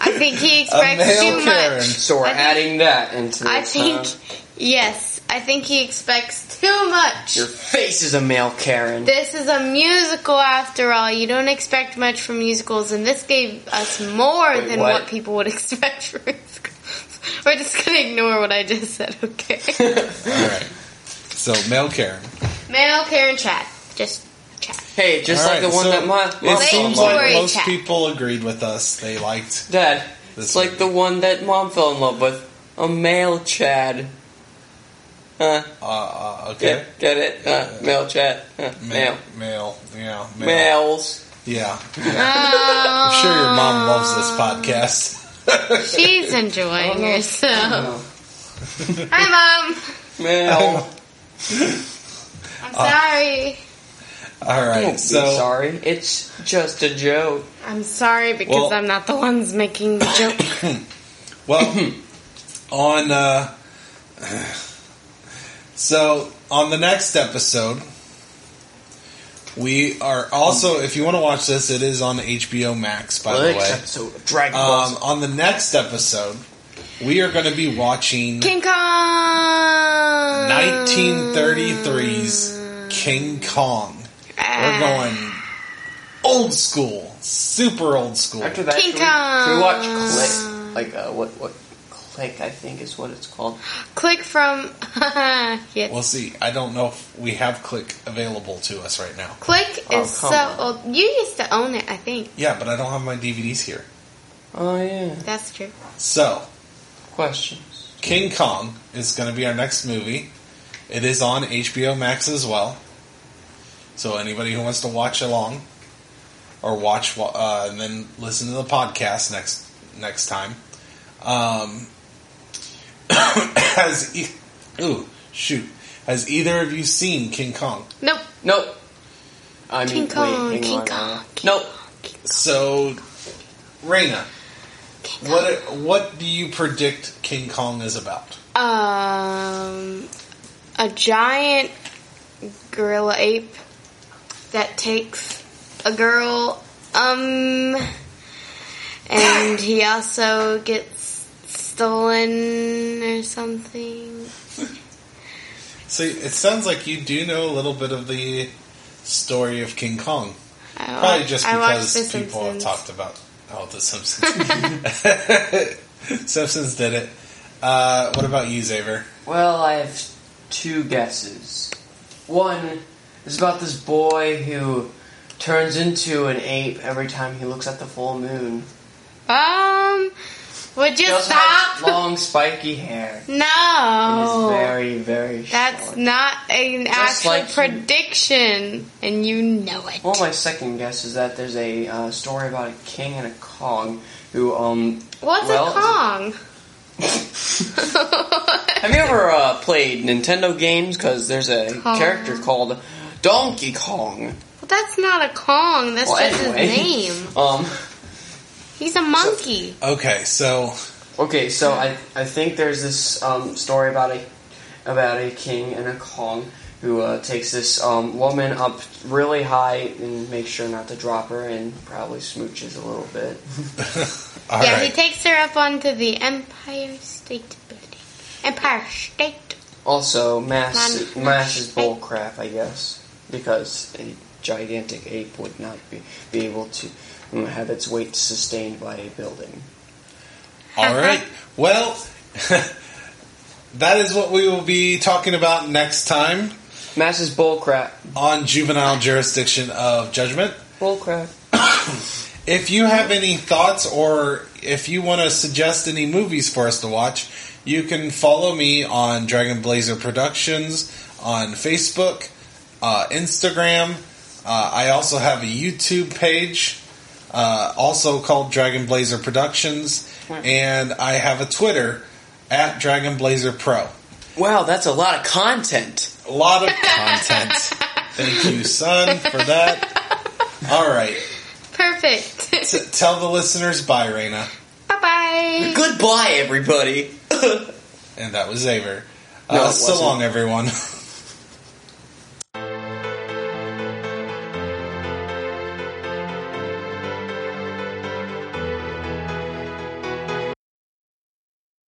Speaker 5: I think he
Speaker 2: A
Speaker 5: expects
Speaker 2: male
Speaker 5: too
Speaker 2: Karen. Uh-huh.
Speaker 5: much.
Speaker 4: So we're
Speaker 5: I think-
Speaker 4: adding that into. The
Speaker 5: I think,
Speaker 4: time.
Speaker 5: yes, I think he expects too much.
Speaker 4: your face is a male Karen.
Speaker 5: This is a musical after all. You don't expect much from musicals, and this gave us more
Speaker 4: Wait,
Speaker 5: than
Speaker 4: what?
Speaker 5: what? people would expect from musicals. We're just gonna ignore what I just said, okay?
Speaker 2: All right. So, male Karen.
Speaker 5: Male Karen Chad. Just Chad.
Speaker 4: Hey, just
Speaker 2: All
Speaker 4: like
Speaker 2: right,
Speaker 4: the one
Speaker 2: so
Speaker 4: that my, my
Speaker 2: it
Speaker 5: They
Speaker 2: seems
Speaker 5: enjoy
Speaker 2: like
Speaker 5: it,
Speaker 2: most
Speaker 5: Jack.
Speaker 2: people agreed with us. They liked.
Speaker 4: Dad.
Speaker 2: This
Speaker 4: it's like the one that mom fell in love with. A male Chad. Huh?
Speaker 2: Uh, uh, okay,
Speaker 4: Get, get it? Huh? Male Chad. Huh? Male.
Speaker 2: male, yeah, male,
Speaker 4: Males.
Speaker 2: yeah.
Speaker 5: Oh,
Speaker 2: I'm sure your mom loves
Speaker 5: Um,
Speaker 2: this podcast.
Speaker 5: she's enjoying herself.
Speaker 2: Oh.
Speaker 5: Hi, mom.
Speaker 4: Male.
Speaker 5: I'm
Speaker 2: Uh,
Speaker 5: sorry.
Speaker 2: All right,
Speaker 4: Don't be
Speaker 2: so
Speaker 4: sorry. It's just a joke.
Speaker 5: I'm sorry because
Speaker 2: Well-
Speaker 5: I'm not the ones making the joke.
Speaker 2: well, on uh, so on the next episode, we are also. If you want to watch this, it is on HBO Max. By the way,
Speaker 4: episode of Dragon Ball.
Speaker 2: um, on the next episode, we are going to be watching.
Speaker 5: King Kong.
Speaker 2: 1933's King Kong. We're
Speaker 5: Ah.
Speaker 2: going old school, super old school.
Speaker 4: After that,
Speaker 5: King
Speaker 4: should we, should we watch
Speaker 5: Kong.
Speaker 4: Click? Like, uh, what, what? Click, I think is what it's called.
Speaker 5: Click from. yes.
Speaker 2: We'll see. I don't know if we have Click available to us right now.
Speaker 5: Click
Speaker 4: Oh,
Speaker 5: is so
Speaker 4: come on.
Speaker 5: old. You used to own it, I think.
Speaker 2: Yeah, but I don't have my DVDs here.
Speaker 4: Oh, yeah.
Speaker 5: That's true.
Speaker 2: So,
Speaker 4: Questions.
Speaker 2: King Kong is going to be our next movie. It is on HBO Max as well. So anybody who wants to watch along or watch wa- uh, and then listen to the podcast next next time um, has e- ooh shoot has either of you seen King Kong?
Speaker 5: Nope.
Speaker 4: Nope. I mean,
Speaker 5: King Kong.
Speaker 4: wait, hang
Speaker 5: King
Speaker 4: on. uh,
Speaker 5: Kong.
Speaker 4: Nope.
Speaker 2: So, Raina,
Speaker 5: King Kong.
Speaker 2: what what do you predict King Kong is about?
Speaker 5: Um, a giant gorilla ape that takes a girl. Um, and he also gets stolen or something.
Speaker 2: So it sounds like you do know a little bit of the story of King Kong.
Speaker 5: I wa-
Speaker 2: Probably just
Speaker 5: I watched
Speaker 2: because
Speaker 5: The
Speaker 2: people have
Speaker 5: Simpsons.
Speaker 2: talked about oh the Simpsons. Simpsons did it. Uh, what about you, Xavier?
Speaker 4: Well, I have two guesses. One is about this boy who turns into an ape every time he looks at the full moon.
Speaker 5: Um, would
Speaker 4: He
Speaker 5: you
Speaker 4: also has
Speaker 5: stop?
Speaker 4: long, spiky hair.
Speaker 5: No.
Speaker 4: It is very, very
Speaker 5: That's
Speaker 4: short.
Speaker 5: not an actual
Speaker 4: like you-
Speaker 5: prediction, and you know it.
Speaker 4: Well, my second guess is that there's a uh, story about a king and a Kong who um
Speaker 5: What's
Speaker 4: Well,
Speaker 5: a Kong?
Speaker 4: Have you ever uh, played Nintendo games? Because there's a
Speaker 5: Kong.
Speaker 4: character called Donkey Kong.
Speaker 5: Well, that's not a Kong. That's
Speaker 4: Well,
Speaker 5: just
Speaker 4: anyway.
Speaker 5: his name.
Speaker 4: Um.
Speaker 5: He's a monkey.
Speaker 2: Okay, so
Speaker 4: Okay, so I, I think there's this um, story about a about a king and a Kong who uh, takes this um, woman up really high and makes sure not to drop her and probably smooches a little bit.
Speaker 2: all right.
Speaker 5: yeah, he takes her up onto the Empire State Building. Empire State.
Speaker 4: Also, mass
Speaker 5: Man-
Speaker 4: mass is bullcrap, I guess, because a gigantic ape would not be, be able to mm, have its weight sustained by a building.
Speaker 2: All right. Well, that is what we will be talking about next time
Speaker 4: Mass is bullcrap.
Speaker 2: on Juvenile Jurisdiction of Judgment.
Speaker 4: Bullcrap.
Speaker 2: If you have any thoughts or if you want to suggest any movies for us to watch, you can follow me on Dragon Blazer Productions on Facebook, uh, Instagram. Uh, I also have a YouTube page, uh, also called Dragon Blazer Productions, and I have a Twitter at Dragon Blazer Pro.
Speaker 4: Wow, that's a lot of content.
Speaker 2: A lot of content. Thank you, son, for that. All right,
Speaker 5: Perfect.
Speaker 2: T- tell the listeners bye, Raina.
Speaker 5: bye bye.
Speaker 4: Goodbye, everybody.
Speaker 2: And that was Xavier.
Speaker 4: No,
Speaker 2: uh,
Speaker 4: it
Speaker 2: so
Speaker 4: wasn't.
Speaker 2: long, everyone.